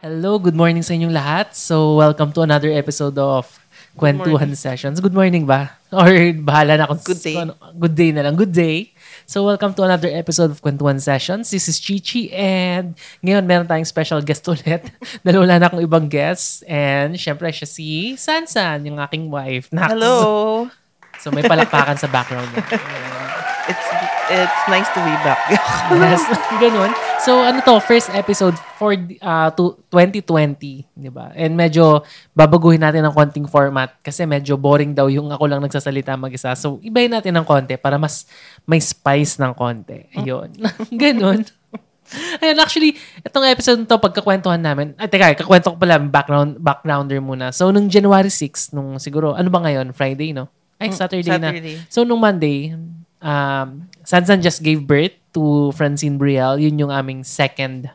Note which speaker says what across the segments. Speaker 1: Hello, good morning sa inyong lahat. So, welcome to another episode of Kwentuhan Sessions. Good morning ba? Or bahala na kung
Speaker 2: Good day.
Speaker 1: kung ano- good day na lang. Good day. So, welcome to another episode of Kwentuhan Sessions. This is Chichi and ngayon meron tayong special guest ulit. Dahil wala na akong ibang guest. And syempre siya si Sansan, yung aking wife. Nax.
Speaker 2: Hello.
Speaker 1: So, may palakpakan sa background niya.
Speaker 2: It's it's nice to be back.
Speaker 1: Yes, ganun. So ano to, first episode for uh, to 2020, di ba? And medyo babaguhin natin ang konting format kasi medyo boring daw yung ako lang nagsasalita mag-isa. So ibahin natin ng konti para mas may spice ng konti. Ayun. ganun. Ayun, actually, itong episode na to, pagkakwentuhan namin, at teka, kakwento ko pala, background, backgrounder muna. So, nung January 6, nung siguro, ano ba ngayon? Friday, no? Ay, Saturday,
Speaker 2: Saturday.
Speaker 1: na. So, nung Monday, um, Sansan just gave birth to Francine Brielle. Yun yung aming second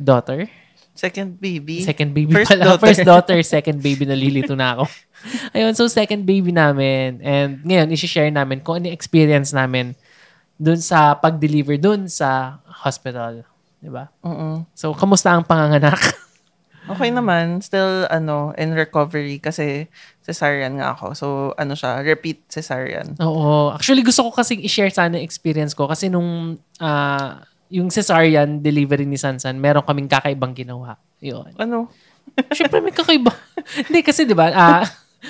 Speaker 1: daughter.
Speaker 2: Second baby.
Speaker 1: Second baby
Speaker 2: First
Speaker 1: pala.
Speaker 2: daughter.
Speaker 1: First daughter, second baby, nalilito na ako. Ayun, so second baby namin. And ngayon, isi-share namin kung ano yung experience namin dun sa pag-deliver dun sa hospital. Di ba?
Speaker 2: Mm-mm.
Speaker 1: So, kamusta ang panganganak?
Speaker 2: Okay naman. Still, ano, in recovery kasi cesarean nga ako. So, ano siya, repeat cesarean.
Speaker 1: Oo. Actually, gusto ko kasing i-share sana yung experience ko kasi nung ah, yung cesarean delivery ni Sansan, meron kaming kakaibang ginawa. Yun.
Speaker 2: Ano?
Speaker 1: Siyempre, may kakaiba. Hindi, kasi di ba, ah,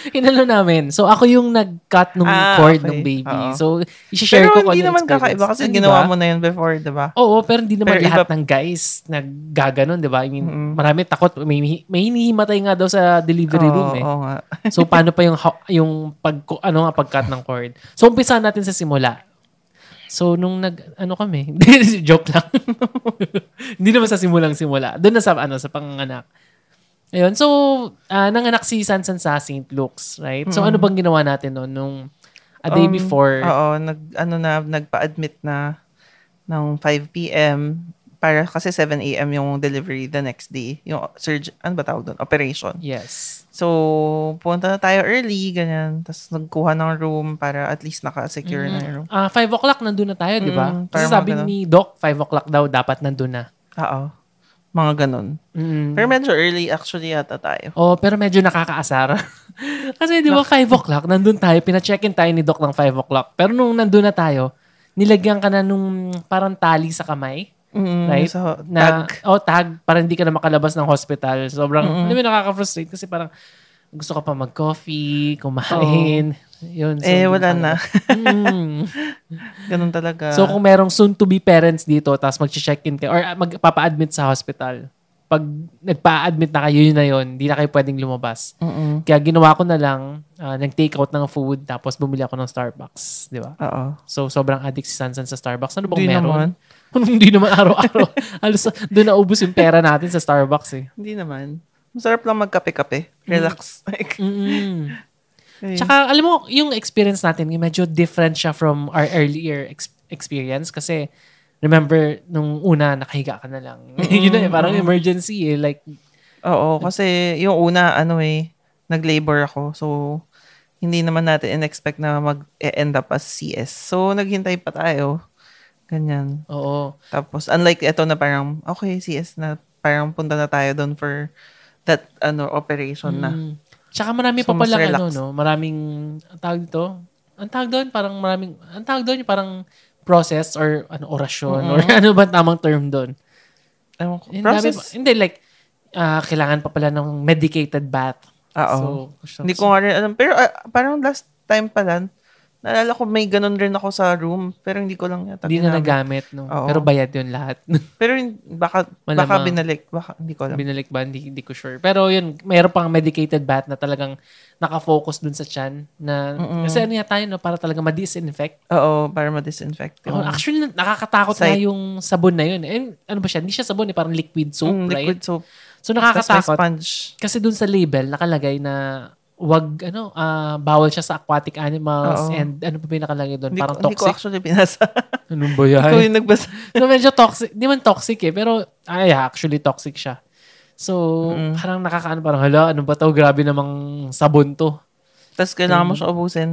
Speaker 1: inano namin. So, ako yung nag-cut nung
Speaker 2: Ah,
Speaker 1: cord
Speaker 2: okay.
Speaker 1: ng baby.
Speaker 2: Oo.
Speaker 1: So, i-share ko kung
Speaker 2: Pero hindi
Speaker 1: ano yung
Speaker 2: naman kakaiba kasi ginawa mo na yun before, di ba?
Speaker 1: Oo, pero hindi naman
Speaker 2: Pero
Speaker 1: lahat ng guys naggaganon, di ba? I mean,
Speaker 2: Mm.
Speaker 1: marami takot. May, may hinihimatay nga daw sa delivery
Speaker 2: Oo,
Speaker 1: room eh.
Speaker 2: oo nga.
Speaker 1: So paano pa yung ho- yung pag ano nga pagkat ng cord. So umpisa natin sa simula. So nung nag ano kami, joke lang. Hindi naman sa simulang simula. Doon na sa ano sa panganak. Ayun. So ah, nanganak si Sansan sa St. Luke's, right? So ano bang ginawa natin noon nung a day
Speaker 2: Mm-hmm. Um,
Speaker 1: before?
Speaker 2: Oo, nag, ano na, nagpa-admit na ng 5 p.m. para kasi 7 a.m. yung delivery the next day. Yung surge, ano ba tawag doon? Operation.
Speaker 1: Yes.
Speaker 2: So, punta na tayo early, ganyan. Tapos nagkuha ng room para at least naka-secure na yung room.
Speaker 1: Ah, 5 o'clock nandun na tayo, di ba? Kasi
Speaker 2: Mm, parang mga
Speaker 1: sabi
Speaker 2: ganun.
Speaker 1: ni Doc, 5 o'clock daw dapat nandun na.
Speaker 2: Oo. Mga ganun.
Speaker 1: Mm.
Speaker 2: Pero medyo early actually yata tayo.
Speaker 1: Oh, pero medyo nakakaasar. Kasi di ba 5 o'clock, nandun tayo, pina-check-in tayo ni Doc ng 5 o'clock. Pero nung nandun na tayo, nilagyan ka na nung parang tali sa kamay.
Speaker 2: Mm,
Speaker 1: Right?
Speaker 2: So,
Speaker 1: Na,
Speaker 2: tag.
Speaker 1: Oh, tag. Para hindi ka na makalabas ng hospital. Sobrang, alam mo, nakaka-frustrate kasi parang gusto ka pa mag-coffee, kumain. Yun. so,
Speaker 2: eh,
Speaker 1: hindi
Speaker 2: wala
Speaker 1: ka-
Speaker 2: na.
Speaker 1: Mm.
Speaker 2: ganun talaga.
Speaker 1: So kung merong soon-to-be parents dito, tapos mag-check-in kayo, or ah, magpapa-admit sa hospital, pag nagpa-admit na kayo, yun na yun, hindi na kayo pwedeng lumabas.
Speaker 2: Mm-mm.
Speaker 1: Kaya ginawa ko na lang, ah, nag-take out ng food, tapos bumili ako ng Starbucks, di ba?
Speaker 2: Oo.
Speaker 1: So, sobrang addict si Sansan sa Starbucks. Ano bang
Speaker 2: Hindi
Speaker 1: meron?
Speaker 2: naman.
Speaker 1: Hindi naman araw-araw. Halos doon naubos yung pera natin sa Starbucks eh.
Speaker 2: Hindi naman. Masarap lang magkape-kape. Relax. eh.
Speaker 1: Mm-mm.
Speaker 2: Ayun.
Speaker 1: Mm-hmm. Tsaka, alam mo, yung experience natin, yung medyo different siya from our earlier ex- experience kasi remember, nung una, nakahiga ka na lang. yun na eh, parang
Speaker 2: Mm.
Speaker 1: emergency eh. Like,
Speaker 2: Oo, kasi yung una, ano eh, nag-labor ako. So, hindi naman natin in-expect na mag-end up as CS. So, naghintay pa tayo. Ganyan.
Speaker 1: oo.
Speaker 2: Tapos, unlike ito na parang, okay, CS na, parang punta na tayo doon for that ano operation na.
Speaker 1: Mm. Tsaka marami
Speaker 2: So,
Speaker 1: pa
Speaker 2: mas
Speaker 1: palang ano,
Speaker 2: relaxed.
Speaker 1: no? Maraming, ang tawag dito, ang tawag doon, parang maraming, ang tawag doon, yung parang process or ano orasyon or ano ba tamang term doon.
Speaker 2: Ewan ko.
Speaker 1: Yung dami pa-
Speaker 2: Process,
Speaker 1: Hindi, like, ah, kailangan pa pala ng medicated bath.
Speaker 2: Ah, oo.
Speaker 1: So,
Speaker 2: hindi ko nga rin alam. Pero ah, parang last time pala, naalala ko may ganun rin ako sa room, pero hindi ko lang yata.
Speaker 1: Hindi na
Speaker 2: ginamit.
Speaker 1: nagamit, no?
Speaker 2: Oo.
Speaker 1: Pero bayad yun lahat.
Speaker 2: Pero hin- baka, baka
Speaker 1: Malamang.
Speaker 2: binalik, baka, hindi ko alam.
Speaker 1: Binalik ba? Hindi, hindi ko sure. Pero yun, mayroon pang medicated bath na talagang nakafocus dun sa chan. Na,
Speaker 2: Mm-mm.
Speaker 1: kasi ano yata yun, no? para talaga ma-disinfect.
Speaker 2: Oo, para ma-disinfect.
Speaker 1: Oh,
Speaker 2: yung-
Speaker 1: actually, nakakatakot na
Speaker 2: Site.
Speaker 1: yung sabon na yun. And, ano ba siya? Hindi siya sabon, eh, parang liquid soap,
Speaker 2: Mm,
Speaker 1: right?
Speaker 2: liquid soap.
Speaker 1: So,
Speaker 2: Tapos may
Speaker 1: nakakatakot.
Speaker 2: sponge.
Speaker 1: Kasi dun sa label, nakalagay na wag ano ah, bawal siya sa aquatic animals
Speaker 2: Oo.
Speaker 1: and ano pa ba yung nakalagay doon
Speaker 2: Hindi,
Speaker 1: parang
Speaker 2: ko, hindi ko
Speaker 1: toxic
Speaker 2: actually binasa.
Speaker 1: anong ba
Speaker 2: Ikaw yung nagbasa.
Speaker 1: so medyo toxic. Di man toxic eh. Pero, ay, actually toxic siya. So, parang nakakaano, parang, hala, ano ba to? Grabe namang sabon to.
Speaker 2: Tapos
Speaker 1: Mm.
Speaker 2: kailangan mo siya ubusin.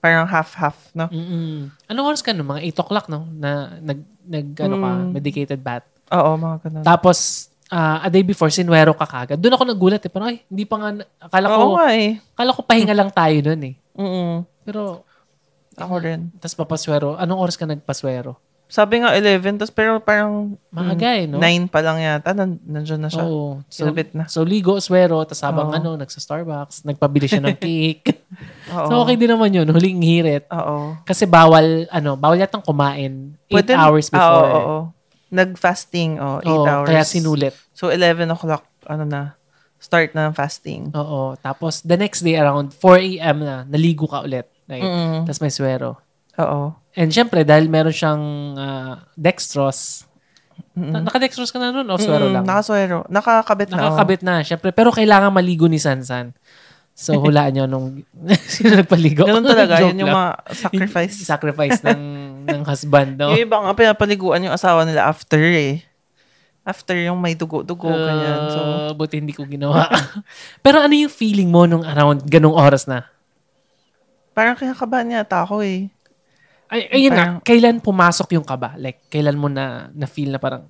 Speaker 2: Parang half-half, no?
Speaker 1: Mm-mm. Anong oras ka no?
Speaker 2: Mm.
Speaker 1: Mga 8 o'clock, no? Na, nag, nag, ano ka, medicated bath.
Speaker 2: Oo, mga ganun.
Speaker 1: Tapos, ah, a day before, sinuwero ka kagad. Doon ako nagulat eh. Pero ay, hindi pa nga, na- akala ko,
Speaker 2: Oo nga eh.
Speaker 1: akala ko pahinga lang tayo noon eh.
Speaker 2: Mm-mm.
Speaker 1: Pero,
Speaker 2: Ako
Speaker 1: Ah.
Speaker 2: rin.
Speaker 1: tas papaswero. Anong oras ka nagpaswero?
Speaker 2: Sabi nga 11, tas pero parang
Speaker 1: Maaga eh, no? Oh.
Speaker 2: 9 pa lang yata. Nan- nandiyan na siya.
Speaker 1: Oo. So,
Speaker 2: Kinabit na.
Speaker 1: so ligo, swero, tas habang
Speaker 2: Oo.
Speaker 1: ano, nagsa-Starbucks, nagpabili siya ng cake.
Speaker 2: Oo.
Speaker 1: so, okay din naman yun, huling hirit.
Speaker 2: Oo.
Speaker 1: Kasi bawal, ano, bawal yatang kumain 8
Speaker 2: Pwede- Ah,
Speaker 1: hours
Speaker 2: oo,
Speaker 1: before.
Speaker 2: Oo, oo. Nag-fasting, oh, 8
Speaker 1: Oo,
Speaker 2: hours.
Speaker 1: Kaya sinulit.
Speaker 2: So, 11 o'clock, ano na, start na ng fasting.
Speaker 1: Oo. Tapos, the next day around 4 a.m. na, naligo ka ulit. Right?
Speaker 2: Mm-mm.
Speaker 1: Tapos may swero.
Speaker 2: Oo.
Speaker 1: And syempre, dahil meron siyang ah, dextrose, na- naka-dextrose ka na nun o swero lang?
Speaker 2: Mm-mm, Nakaswero. Nakakabit na.
Speaker 1: Nakakabit na, syempre. Pero kailangan maligo ni Sansan. So, hulaan nyo nung sino nagpaligo.
Speaker 2: Oh. Ganun talaga.
Speaker 1: Joke
Speaker 2: yun yung
Speaker 1: lang.
Speaker 2: mga sacrifice.
Speaker 1: Yung sacrifice ng, ng husband, no?
Speaker 2: Yung iba nga, pinapaliguan yung asawa nila after eh. After yung may dugo-dugo, ganyan. So,
Speaker 1: Uh, buti hindi ko ginawa. Pero ano yung feeling mo nung around ganung oras na?
Speaker 2: parang kinakabahan yata ako eh.
Speaker 1: Ay, ayun na,
Speaker 2: Parang-
Speaker 1: kailan pumasok yung kaba? Like, kailan mo na na-feel na parang,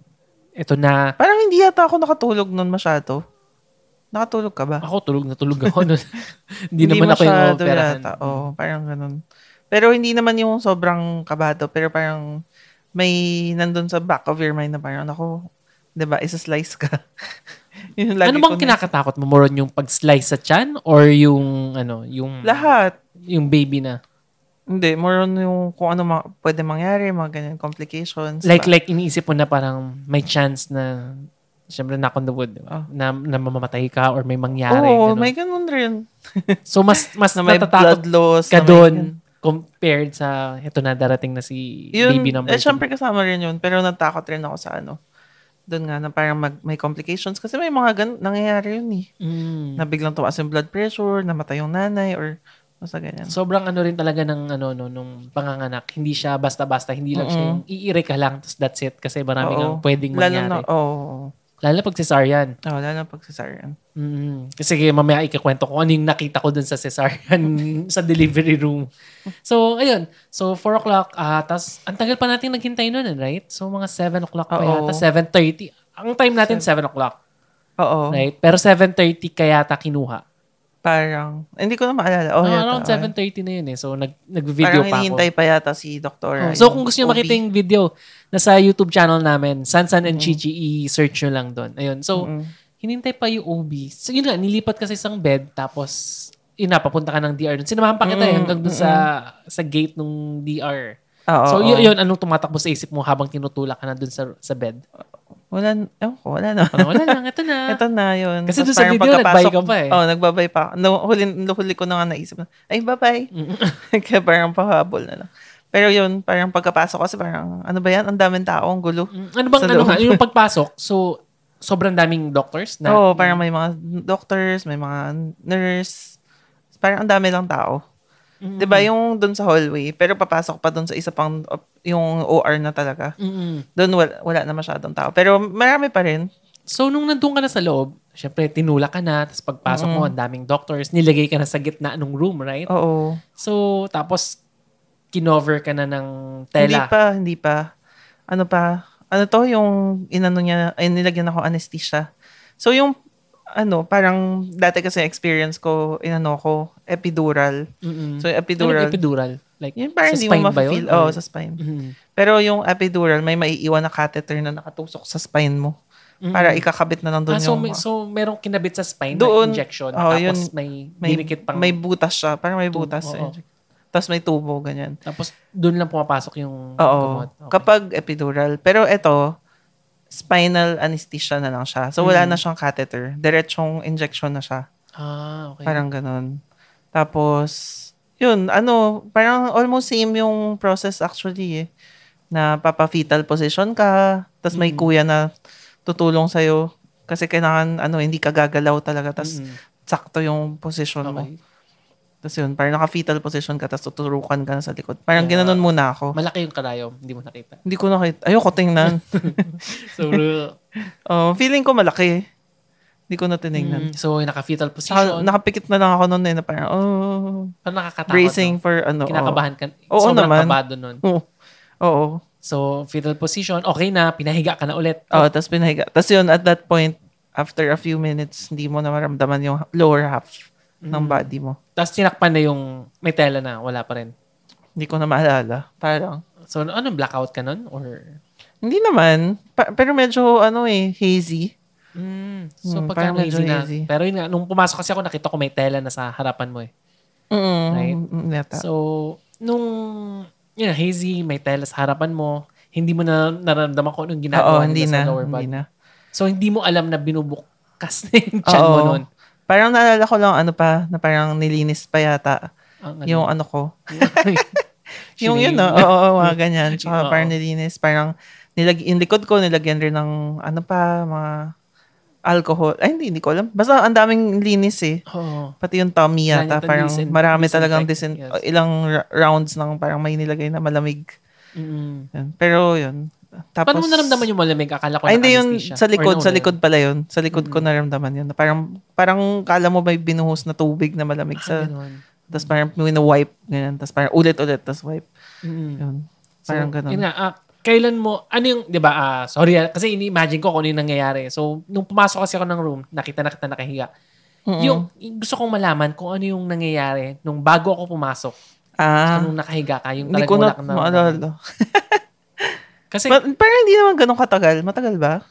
Speaker 1: eto na,
Speaker 2: Parang hindi yata ako nakatulog nun masyado. Nakatulog ka ba?
Speaker 1: ako tulog na tulog ako. nun. hindi naman ako yung
Speaker 2: masyado
Speaker 1: operahan.
Speaker 2: yata. Oo, parang ganun. Pero hindi naman yung sobrang kabado. Pero parang may nandun sa back of your mind na parang, ako, di ba, isa-slice ka. Yun yung lagi
Speaker 1: Ano
Speaker 2: ko
Speaker 1: bang
Speaker 2: na-
Speaker 1: kinakatakot mo? Moron yung pag-slice sa chan or yung, ano, yung,
Speaker 2: Lahat.
Speaker 1: yung baby na?
Speaker 2: Hindi, more on yung kung ano ma- pwede mangyari, mga ganyan, complications.
Speaker 1: Like,
Speaker 2: pa-
Speaker 1: like, iniisip mo na parang may chance na, syempre, knock on the wood, di ba? na, na mamamatay ka or may mangyari. ganun.
Speaker 2: Oh. Oo, may ganun rin.
Speaker 1: So, mas, mas
Speaker 2: Na may blood
Speaker 1: natatakot
Speaker 2: loss.
Speaker 1: ka
Speaker 2: na may ganun.
Speaker 1: doon compared sa ito na darating na si
Speaker 2: Yun,
Speaker 1: baby number
Speaker 2: eh,
Speaker 1: two.
Speaker 2: syempre kasama rin yun. Pero natakot rin ako sa ano. Doon nga na parang mag, may complications. Kasi may mga ganun, nangyayari yun eh.
Speaker 1: Mm.
Speaker 2: na biglang tumaas yung blood pressure, namatay yung nanay, or basta ganyan.
Speaker 1: sobrang ano rin talaga ng ano no nung panganganak. Hindi siya basta-basta, hindi lang siya
Speaker 2: Mm-mm.
Speaker 1: yung iire ka lang tapos that's it kasi marami
Speaker 2: Oo.
Speaker 1: kang pwedeng
Speaker 2: lalo
Speaker 1: mangyari.
Speaker 2: na,
Speaker 1: Lalo,
Speaker 2: oo. Oh,
Speaker 1: pag cesarean.
Speaker 2: lalo na pag cesarean.
Speaker 1: Mm. Kasi kaya mamaya ikikwento ko ano yung nakita ko dun sa cesarean sa delivery room. So, ayun. So, 4 o'clock. ah tas, ang tagal pa natin naghintay nun, eh, right? So, mga 7 o'clock pa yata.
Speaker 2: Oo.
Speaker 1: 7.30. Ang time natin, 7 o'clock.
Speaker 2: Oo.
Speaker 1: Right? Pero 7.30 kaya yata kinuha.
Speaker 2: Parang, hindi ko na maalala. Oh,
Speaker 1: Ah,
Speaker 2: yata,
Speaker 1: around
Speaker 2: oo.
Speaker 1: 7.30 na yun eh. So, nag, nag-video
Speaker 2: Parang
Speaker 1: pa ako.
Speaker 2: hinihintay pa yata si eh, Dr.
Speaker 1: Oh,
Speaker 2: ay,
Speaker 1: so kung gusto nyo
Speaker 2: OB.
Speaker 1: makita yung video, nasa YouTube channel namin, Sansan and Chichi, i-search nyo lang doon. Ayun. So,
Speaker 2: Mm-mm.
Speaker 1: hinintay pa yung OB. So, yun nga, nilipat kasi isang bed, tapos, yun na, papunta ka ng DR. Doon. Sinamahan pa kita eh,
Speaker 2: Mm,
Speaker 1: hanggang doon sa, sa gate nung DR.
Speaker 2: Oo,
Speaker 1: so,
Speaker 2: oo.
Speaker 1: yun, yun, anong tumatakbo sa isip mo habang tinutulak ka na doon sa, sa bed?
Speaker 2: Wala, ewan ko, wala na.
Speaker 1: Ano, wala lang, ito na.
Speaker 2: Ito na yun.
Speaker 1: Kasi
Speaker 2: Tapos
Speaker 1: dun sa
Speaker 2: parang
Speaker 1: video,
Speaker 2: pagkapasok-
Speaker 1: nagbabay ka pa eh.
Speaker 2: Oo, nagbabay pa. ako. No, huli, huli ko na nga naisip na, ay, babay.
Speaker 1: Mm.
Speaker 2: Kaya parang pahabol na lang. Pero yun, parang pagkapasok kasi parang, ano ba yan? Ang daming tao, ang gulo.
Speaker 1: Mm, ano bang,
Speaker 2: Sa
Speaker 1: ano,
Speaker 2: loob.
Speaker 1: ha, yung pagpasok, so, sobrang daming doctors na.
Speaker 2: Oo, parang may mga doctors, may mga nurse. Parang ang dami lang tao.
Speaker 1: Mm.
Speaker 2: 'Di ba yung doon sa hallway, pero papasok pa doon sa isa pang op- yung OR na talaga.
Speaker 1: Mm-mm.
Speaker 2: Doon wala, wala na masyadong tao. Pero marami pa rin.
Speaker 1: So, nung nandun ka na sa loob, syempre, tinula ka na, tapos pagpasok
Speaker 2: Mm.
Speaker 1: mo, ang daming doctors, nilagay ka na sa gitna ng room, right?
Speaker 2: Oo.
Speaker 1: So, tapos, kinover ka na ng
Speaker 2: Hindi
Speaker 1: tela.
Speaker 2: pa, hindi pa. Ano pa? Ano to yung inano niya, ay nilagyan ako anesthesia. So yung ano, parang dati kasi experience ko, inano ko, epidural.
Speaker 1: Mm-mm.
Speaker 2: So
Speaker 1: Anong
Speaker 2: yung epidural,
Speaker 1: epidural? Like,
Speaker 2: yun
Speaker 1: Hmm. Ano, sa
Speaker 2: parang hindi
Speaker 1: spine ba
Speaker 2: mo
Speaker 1: yun? Hmm. Mm-hmm.
Speaker 2: ma-feel. Oo,
Speaker 1: Or-
Speaker 2: sa spine.
Speaker 1: Mm-mm.
Speaker 2: Pero yung epidural, may maiiwan na catheter na nakatusok sa spine mo. Para ikakabit na lang doon
Speaker 1: Hmm. Ah, so,
Speaker 2: yung...
Speaker 1: may, so, merong kinabit sa spine
Speaker 2: Doon.
Speaker 1: na injection,
Speaker 2: Oo,
Speaker 1: tapos
Speaker 2: yun.
Speaker 1: may,
Speaker 2: may,
Speaker 1: dinikit pang,
Speaker 2: may butas siya. Parang may
Speaker 1: Tubo,
Speaker 2: butas.
Speaker 1: oo.
Speaker 2: eh. Tapos may tubo, ganyan.
Speaker 1: tapos doon lang pumapasok yung
Speaker 2: Oo.
Speaker 1: gamot. Okay.
Speaker 2: Kapag epidural. Pero ito, spinal anesthesia na lang siya. So,
Speaker 1: Mm-hmm.
Speaker 2: wala na siyang catheter. Diretsong injection na siya.
Speaker 1: ah, okay.
Speaker 2: Parang ganun. Tapos, yun, ano, parang almost same yung process actually eh. Na papa-fetal position ka, tapos
Speaker 1: Mm-hmm.
Speaker 2: may kuya na tutulong sa'yo. Kasi kailangan, ano, hindi ka gagalaw talaga. Tapos,
Speaker 1: Mm-mm.
Speaker 2: sakto yung position mo.
Speaker 1: Mm-hmm. Okay.
Speaker 2: Tapos yun, parang naka-fetal position ka, tapos tuturukan ka na sa likod. Parang
Speaker 1: Yeah.
Speaker 2: ginanon muna ako.
Speaker 1: Malaki yung karayom, hindi mo nakita.
Speaker 2: Hindi ko nakita. Ayoko tingnan.
Speaker 1: So, uh,
Speaker 2: oh, feeling ko malaki. Hindi ko na tinignan.
Speaker 1: mm, so, naka-fetal
Speaker 2: Saka,
Speaker 1: position.
Speaker 2: nakapikit na lang ako noon eh, na parang, oh,
Speaker 1: Parang nakakatakot. no?
Speaker 2: bracing for ano. oh.
Speaker 1: Kinakabahan ka.
Speaker 2: Oo
Speaker 1: Sobrang
Speaker 2: naman.
Speaker 1: kabado nun.
Speaker 2: Oo. Oo.
Speaker 1: So, fetal position, okay na, pinahiga ka na ulit.
Speaker 2: Oh, tapos pinahiga. Tapos yun, at that point, after a few minutes, hindi mo na maramdaman yung lower half
Speaker 1: Hmm.
Speaker 2: ng body mo.
Speaker 1: Tapos tinakpan na yung may tela na, wala pa rin.
Speaker 2: Hindi ko na maalala. Parang,
Speaker 1: So, anong blackout ka nun? Or,
Speaker 2: hindi naman. Pa- pero medyo, ano eh, hazy.
Speaker 1: so,
Speaker 2: Hmm,
Speaker 1: pagka
Speaker 2: parang medyo
Speaker 1: easy na.
Speaker 2: easy.
Speaker 1: Pero yun nga, nung pumasok kasi ako, nakita ko may tela na sa harapan mo eh.
Speaker 2: Mm,
Speaker 1: Right?
Speaker 2: Yata.
Speaker 1: So, nung, yun na, hazy, may tela sa harapan mo, hindi mo na nararamdaman ko anong
Speaker 2: Oo,
Speaker 1: ginagawa
Speaker 2: hindi
Speaker 1: nila
Speaker 2: na.
Speaker 1: sa lower
Speaker 2: Hindi
Speaker 1: body.
Speaker 2: na.
Speaker 1: So, hindi mo alam na binubukas na yung chan mo
Speaker 2: Oo.
Speaker 1: nun.
Speaker 2: Parang naalala ko lang ano pa, na parang nilinis pa yata
Speaker 1: Ang ano.
Speaker 2: yung ano ko.
Speaker 1: Shame.
Speaker 2: Yung yun, no? oo, oo, mga ganyan.
Speaker 1: Oo.
Speaker 2: Tsaka parang nilinis, parang nilag yung likod ko, nilagyan rin ng ano pa, mga alcohol. Ay, hindi, hindi ko alam. Basta ang daming linis eh.
Speaker 1: Oo.
Speaker 2: Pati yung tummy
Speaker 1: Yan,
Speaker 2: yata,
Speaker 1: yung
Speaker 2: parang
Speaker 1: disin-
Speaker 2: marami talagang disin,
Speaker 1: disinfect, yes.
Speaker 2: ilang ra- rounds ng parang may nilagay na malamig.
Speaker 1: Mm.
Speaker 2: Yun. Pero yun. Tapos,
Speaker 1: Paano mo naramdaman yung malamig? Akala ko na
Speaker 2: Ay, hindi yun
Speaker 1: anesthesia. Mm-hmm.
Speaker 2: sa
Speaker 1: Or
Speaker 2: likod,
Speaker 1: no,
Speaker 2: sa
Speaker 1: no.
Speaker 2: likod pala yun. Sa likod ko naramdaman yun. Parang, parang kala mo may binuhos na tubig na malamig
Speaker 1: Ah,
Speaker 2: sa,
Speaker 1: ganun.
Speaker 2: tapos parang wina-wipe, ganyan. Tapos parang ulit-ulit, tapos wipe.
Speaker 1: Mm.
Speaker 2: Yun. Parang
Speaker 1: So,
Speaker 2: ganun.
Speaker 1: Yun nga, ah, kailan mo, ano yung, di ba, ah, sorry, ah, kasi ini-imagine ko kung ano yung nangyayari. So, nung pumasok kasi ako ng room, nakita na kita nakahiga.
Speaker 2: Mm-mm.
Speaker 1: Yung, yung gusto kong malaman kung ano yung nangyayari nung bago ako pumasok. So,
Speaker 2: ah,
Speaker 1: nung nakahiga ka, yung
Speaker 2: hindi
Speaker 1: talagang
Speaker 2: ko
Speaker 1: wala
Speaker 2: na
Speaker 1: kang nararamdaman.
Speaker 2: maalala.
Speaker 1: Kasi,
Speaker 2: But, parang hindi naman ganun katagal. Matagal ba?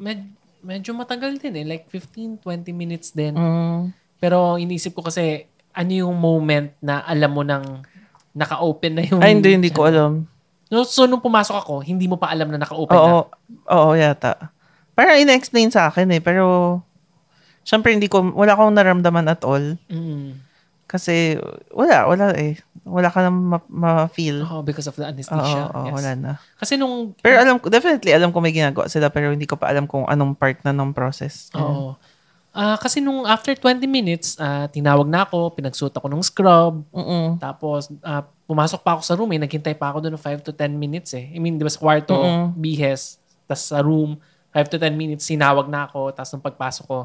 Speaker 1: med- medyo matagal din eh. Like 15, 20 minutes din.
Speaker 2: Mm.
Speaker 1: Pero inisip ko kasi, ano yung moment na alam mo nang naka-open na yung...
Speaker 2: Ay, hindi, hindi ko alam.
Speaker 1: No, so, nung pumasok ako, hindi mo pa alam na naka-open na.
Speaker 2: Oo, oo, yata. Parang in-explain sa akin eh, pero syempre hindi ko, wala akong naramdaman at all.
Speaker 1: Mm.
Speaker 2: Kasi wala, wala eh. Wala ka nang ma- ma-feel.
Speaker 1: Oh, because of the anesthesia.
Speaker 2: Oo, oo,
Speaker 1: yes.
Speaker 2: wala na.
Speaker 1: Kasi nung...
Speaker 2: Pero alam ko, definitely alam ko may ginagawa sila pero hindi ko pa alam kung anong part na ng process.
Speaker 1: Oo.
Speaker 2: Ganun.
Speaker 1: Ah, kasi nung after 20 minutes, ah, tinawag na ako, pinagsuot ako ng scrub,
Speaker 2: Mm-mm.
Speaker 1: tapos ah, pumasok pa ako sa room eh, naghintay pa ako doon ng 5 to 10 minutes eh. I mean, di ba sa kwarto,
Speaker 2: Mm-mm.
Speaker 1: bihes, tas sa room, 5 to 10 minutes, sinawag na ako, tapos nung pagpasok ko,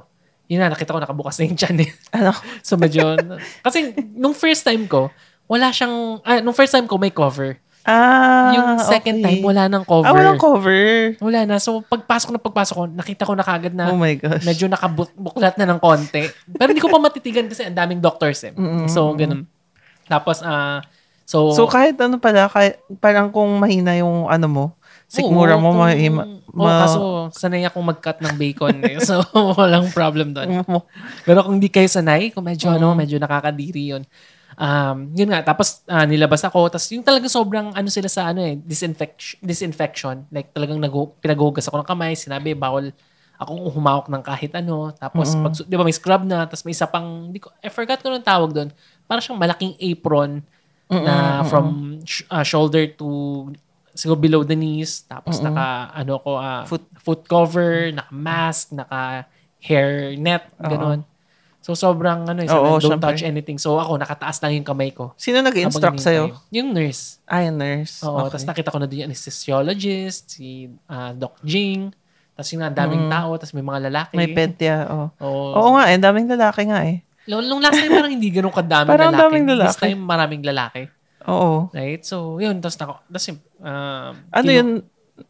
Speaker 1: yun na, nakita ko nakabukas na yung chan eh.
Speaker 2: Ano?
Speaker 1: so medyo, kasi nung first time ko, wala siyang, ah, nung first time ko may cover.
Speaker 2: Ah,
Speaker 1: yung second
Speaker 2: okay.
Speaker 1: time, wala nang cover.
Speaker 2: Ah, walang cover.
Speaker 1: Wala na. So, pagpasok na pagpasok ko, nakita ko na kagad na
Speaker 2: oh my gosh.
Speaker 1: medyo nakabuklat na ng konti. Pero hindi ko pa matitigan kasi ang daming doctors eh.
Speaker 2: Mm-mm.
Speaker 1: So, ganun. Tapos, ah, so...
Speaker 2: So kahit ano pala, kahit, parang kung mahina yung ano mo, sigmura
Speaker 1: Oo,
Speaker 2: mo, ma,
Speaker 1: kung-
Speaker 2: ma,
Speaker 1: oo, kaso sanay akong mag-cut ng bacon eh. So, walang problem doon.
Speaker 2: ma-
Speaker 1: Pero kung di kayo sanay, kung medyo ano, medyo nakakadiri yun. Um, yun nga, tapos ah, nilabas ako. Tapos yung talagang sobrang ano sila sa ano eh, disinfection. disinfection. Like talagang nag- pinaghugas ako ng kamay. Sinabi, bawal akong humawak ng kahit ano. Tapos,
Speaker 2: Mm-mm.
Speaker 1: pag, di ba may scrub na, tapos may isa pang, di ko, I forgot ko ng tawag doon. Parang siyang malaking apron na
Speaker 2: Mm-mm,
Speaker 1: from sh- ah, shoulder to siguro below the knees tapos
Speaker 2: Mm-mm.
Speaker 1: naka ano ko ah,
Speaker 2: Foot.
Speaker 1: cover naka mask naka hair net
Speaker 2: Oo.
Speaker 1: ganun so sobrang ano eh,
Speaker 2: Oo,
Speaker 1: sabi, don't
Speaker 2: syempre.
Speaker 1: touch anything so ako nakataas lang yung kamay ko
Speaker 2: Sino nag-instruct
Speaker 1: Habang
Speaker 2: sa'yo?
Speaker 1: hinihintay. yung nurse
Speaker 2: Ah, yung nurse.
Speaker 1: oo
Speaker 2: Okay.
Speaker 1: tapos nakita ko na din yung anesthesiologist si ah, Doc Jing tapos yung ang daming
Speaker 2: Mm.
Speaker 1: tao tapos may mga lalaki
Speaker 2: May pedya, oo. Oo
Speaker 1: oo
Speaker 2: nga eh, daming lalaki nga eh.
Speaker 1: nung last time parang hindi ganun kadaming
Speaker 2: Parang
Speaker 1: lalaki.
Speaker 2: daming
Speaker 1: this
Speaker 2: lalaki.
Speaker 1: time maraming lalaki
Speaker 2: Oo.
Speaker 1: Right? So, yun. Tapos nako, tapos yung, um,
Speaker 2: Ano
Speaker 1: kinu-
Speaker 2: yun?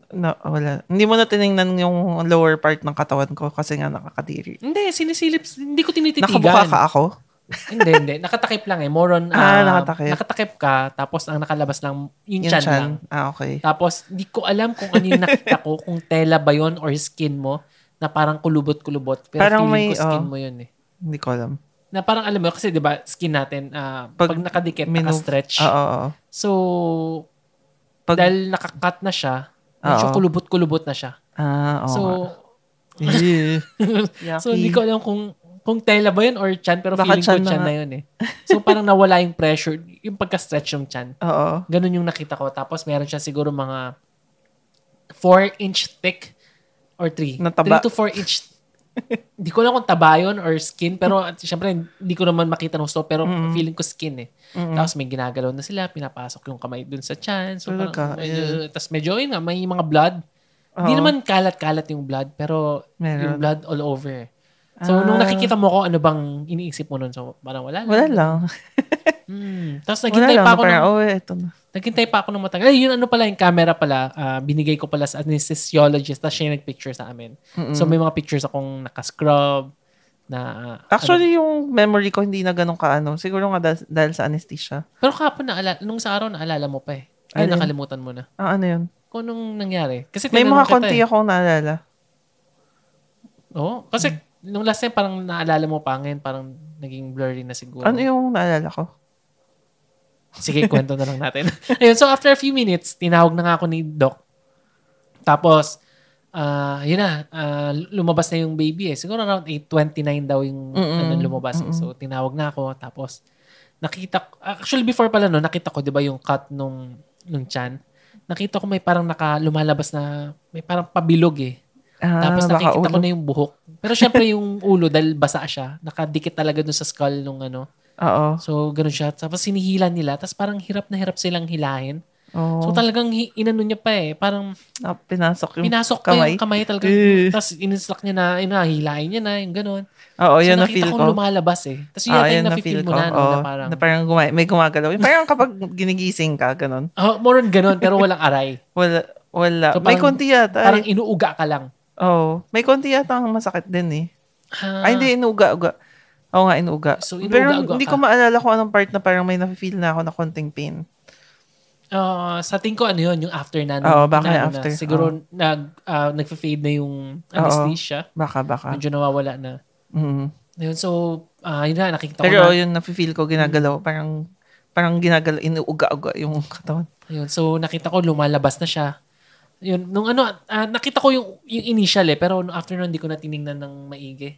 Speaker 2: No, wala. Hindi mo na tinignan yung lower part ng katawan ko kasi nga nakakadiri.
Speaker 1: Hindi, sinisilip. Hindi ko tinititigan.
Speaker 2: Nakabuka ka ako?
Speaker 1: hindi, hindi. Nakatakip lang eh. More on, ah,
Speaker 2: Ah, nakatakip.
Speaker 1: nakatakip ka, tapos ang nakalabas lang, yung,
Speaker 2: Yung
Speaker 1: chan,
Speaker 2: chan.
Speaker 1: lang.
Speaker 2: Ah, okay.
Speaker 1: Tapos, hindi ko alam kung ano yung nakita ko, kung tela ba yun or skin mo, na parang kulubot-kulubot. Pero
Speaker 2: Parang
Speaker 1: feeling
Speaker 2: may,
Speaker 1: ko skin
Speaker 2: oh.
Speaker 1: mo yun eh.
Speaker 2: Hindi ko alam.
Speaker 1: Na parang alam mo, kasi di ba skin natin, ah, pag,
Speaker 2: Pag
Speaker 1: nakadikit,
Speaker 2: minove-
Speaker 1: naka-stretch.
Speaker 2: Oo, oo.
Speaker 1: So,
Speaker 2: Pag,
Speaker 1: dahil nakakat na siya, medyo
Speaker 2: Oo.
Speaker 1: kulubot-kulubot na siya.
Speaker 2: ah, oo.
Speaker 1: so,
Speaker 2: nga.
Speaker 1: So hindi ko alam kung kung tela ba yun or chan pero
Speaker 2: Baka
Speaker 1: feeling
Speaker 2: chan
Speaker 1: ko
Speaker 2: na
Speaker 1: chan
Speaker 2: nga.
Speaker 1: na, yun eh. So parang nawala yung pressure, yung pagka-stretch yung chan.
Speaker 2: Oo.
Speaker 1: Ganun yung nakita ko. Tapos meron siya siguro mga 4 inch thick or 3.
Speaker 2: Na taba.
Speaker 1: 3 to 4 inch. Hindi ko alam kung taba yun or skin pero at syempre hindi ko naman makita ng gusto pero
Speaker 2: Mm.
Speaker 1: feeling ko skin eh.
Speaker 2: Mm.
Speaker 1: Tapos may ginagalaw na sila, pinapasok yung kamay dun sa chan. So parang
Speaker 2: Talaga,
Speaker 1: medyo, tas medyo yun nga, may mga blood. Hindi
Speaker 2: Oo.
Speaker 1: naman kalat-kalat yung blood pero
Speaker 2: Meron.
Speaker 1: yung blood all over. eh. So, nung
Speaker 2: Ah.
Speaker 1: nakikita mo ko, ano bang iniisip mo nun? So, parang wala lang.
Speaker 2: Wala lang.
Speaker 1: Mm. Tapos
Speaker 2: Wala
Speaker 1: naghintay
Speaker 2: lang.
Speaker 1: pa ako ng,
Speaker 2: parang, oh, eto na.
Speaker 1: naghintay pa ako ng matagal. Ay, yun ano pala, yung camera pala, ah, binigay ko pala sa anesthesiologist tapos siya yung nagpicture sa amin.
Speaker 2: Mm-mm.
Speaker 1: So, may mga pictures akong nakascrub, na ah,
Speaker 2: Actually, yung memory ko hindi na ganun kaano. Siguro nga dahil, dahil sa anesthesia.
Speaker 1: ano. Pero kapon na nung sa araw naalala mo pa eh. Ay,
Speaker 2: Alin?
Speaker 1: nakalimutan mo na.
Speaker 2: Ah, ano yun?
Speaker 1: Kung anong nangyari. Kasi
Speaker 2: May
Speaker 1: tinanong
Speaker 2: mga
Speaker 1: kita
Speaker 2: konti
Speaker 1: eh.
Speaker 2: akong naalala.
Speaker 1: Oo. Kasi
Speaker 2: Hmm.
Speaker 1: nung last time parang naalala mo pa ngayon, parang naging blurry na siguro.
Speaker 2: Ano yung naalala ko?
Speaker 1: Sige, kwento na lang natin. Ayun, so after a few minutes, tinawag na nga ako ni Doc. Tapos, ah yun na, ah, lumabas na yung baby eh. Siguro around 8.29 daw yung
Speaker 2: Mm-mm.
Speaker 1: ano, lumabas. eh.
Speaker 2: Mm-mm.
Speaker 1: So, tinawag na ako. Tapos, nakita ko, actually before pala no, nakita ko, di ba yung cut nung, nung chan. Nakita ko may parang naka, lumalabas na, may parang pabilog eh.
Speaker 2: Ah,
Speaker 1: Tapos
Speaker 2: baka
Speaker 1: nakikita ko
Speaker 2: ulo.
Speaker 1: na yung buhok. Pero syempre yung ulo, dahil basa siya, nakadikit talaga dun sa skull nung ano.
Speaker 2: Oo.
Speaker 1: So, ganun siya. Tapos sinihila nila. Tapos parang hirap na hirap silang hilahin.
Speaker 2: Oo.
Speaker 1: So, talagang hi- inano niya pa eh. Parang
Speaker 2: Ah, pinasok Oh. yung
Speaker 1: pinasok pa
Speaker 2: kamay.
Speaker 1: yung kamay talaga.
Speaker 2: Eh.
Speaker 1: Tapos ininstruct niya na, yun na, hilahin niya na, yung ganun.
Speaker 2: Oo,
Speaker 1: so,
Speaker 2: yun Oh, na
Speaker 1: nakita
Speaker 2: feel
Speaker 1: kong
Speaker 2: ko.
Speaker 1: lumalabas eh. Tapos yun
Speaker 2: Ah,
Speaker 1: yata
Speaker 2: yun
Speaker 1: yung
Speaker 2: na
Speaker 1: nafe-feel
Speaker 2: feel
Speaker 1: mo
Speaker 2: ko.
Speaker 1: na, no,
Speaker 2: Oo,
Speaker 1: na parang,
Speaker 2: na parang guma- may gumagalaw. Yung Parang kapag ginigising ka, ganun.
Speaker 1: oh, more on ganun, pero walang aray.
Speaker 2: Wala. Wala.
Speaker 1: So,
Speaker 2: may
Speaker 1: parang-
Speaker 2: konti yata.
Speaker 1: parang
Speaker 2: eh.
Speaker 1: inuuga ka lang.
Speaker 2: Oo. May konti yata ang masakit din eh.
Speaker 1: Ah,
Speaker 2: Ay, hindi. Inuuga-uga. Oo nga, inuuga.
Speaker 1: So,
Speaker 2: Pero
Speaker 1: inuuga-uga
Speaker 2: hindi
Speaker 1: ka.
Speaker 2: ko maalala kung anong part na parang may nafe-feel na ako na konting pain.
Speaker 1: ah, sa tingin ko ano yun, yung after na.
Speaker 2: Oo, baka
Speaker 1: na-
Speaker 2: yung
Speaker 1: ano
Speaker 2: after.
Speaker 1: Na, siguro nag, ah, nagfa-fade na yung anesthesia.
Speaker 2: Baka, baka.
Speaker 1: Medyo nawawala na.
Speaker 2: Mm.
Speaker 1: Ayun, so, ah, yun na, nakikita ko
Speaker 2: Pero
Speaker 1: na. Mm.
Speaker 2: yun, nafe-feel ko ginagalaw. Parang, parang ginagalaw, inuuga-uga yung katawan.
Speaker 1: Ayun, so nakita ko lumalabas na siya. Yun, nung ano, ah, nakita ko yung, yung initial eh, pero nung after nun, hindi ko na tiningnan ng maigi.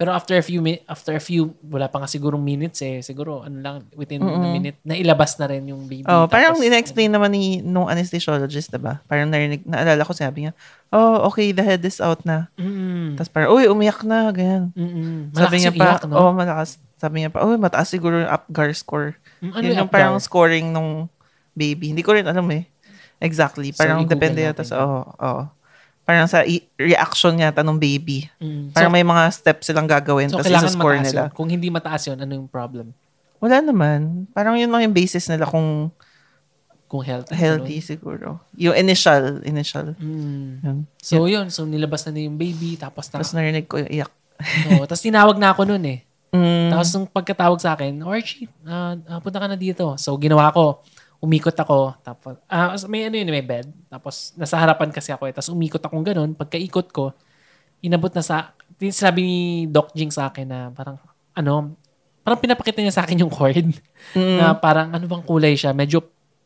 Speaker 1: Pero after a few, mi- after a few, wala pa nga sigurong minutes eh, siguro, ano lang, within a
Speaker 2: Mm-mm.
Speaker 1: minute, nailabas na rin yung baby.
Speaker 2: Oh, parang
Speaker 1: Tapos,
Speaker 2: in-explain naman ni nung anesthesiologist, 'di ba? Parang narinig, naalala ko sinabi niya, "Oh, okay, the head is out na."
Speaker 1: Mm-mm.
Speaker 2: Tapos parang, "Uy, umiyak na." Ganyan.
Speaker 1: Mm-mm. Malakas
Speaker 2: Sabi niya
Speaker 1: yung
Speaker 2: pa,
Speaker 1: iyak, no?
Speaker 2: "Oh, malakas." Sabi niya pa, "Uy, mataas siguro yung Apgar score."
Speaker 1: Mm,
Speaker 2: Yun yung parang scoring nung baby. Hindi ko rin alam eh. Exactly.
Speaker 1: So,
Speaker 2: Parang
Speaker 1: i-google
Speaker 2: depende yata
Speaker 1: natin.
Speaker 2: sa oo, oo. Parang sa i- reaction yata nung baby. Parang
Speaker 1: Parang
Speaker 2: may mga steps silang gagawin
Speaker 1: so, so,
Speaker 2: tapos
Speaker 1: kailangan
Speaker 2: isa-score
Speaker 1: mataas
Speaker 2: nila.
Speaker 1: yun. Kung hindi mataas yun, ano yung problem?
Speaker 2: Wala naman. Parang yun lang yung basis nila kung
Speaker 1: Kung healthy.
Speaker 2: healthy siguro. Yung initial, initial.
Speaker 1: ganun. Mm.
Speaker 2: Yun.
Speaker 1: So, yun. So, nilabas na niya yung baby. Tapos, na,
Speaker 2: Tapos narinig ko yung iyak.
Speaker 1: Oo, tapos tinawag na ako nun eh.
Speaker 2: Mm.
Speaker 1: Tapos nung pagkatawag sa akin, Archie, ah, ah, punta ka na dito. So, ginawa ko. Umikot ako. Tapos, ah, may ano yun, may bed. Tapos, nasa harapan kasi ako eh. Tapos, umikot akong ganun. Pagkaikot ko, inabot na sa, tin- sinabi ni Doc Jing sa akin na parang, ano, parang pinapakita niya sa akin yung cord.
Speaker 2: Mm.
Speaker 1: Na parang, ano bang kulay siya? Medyo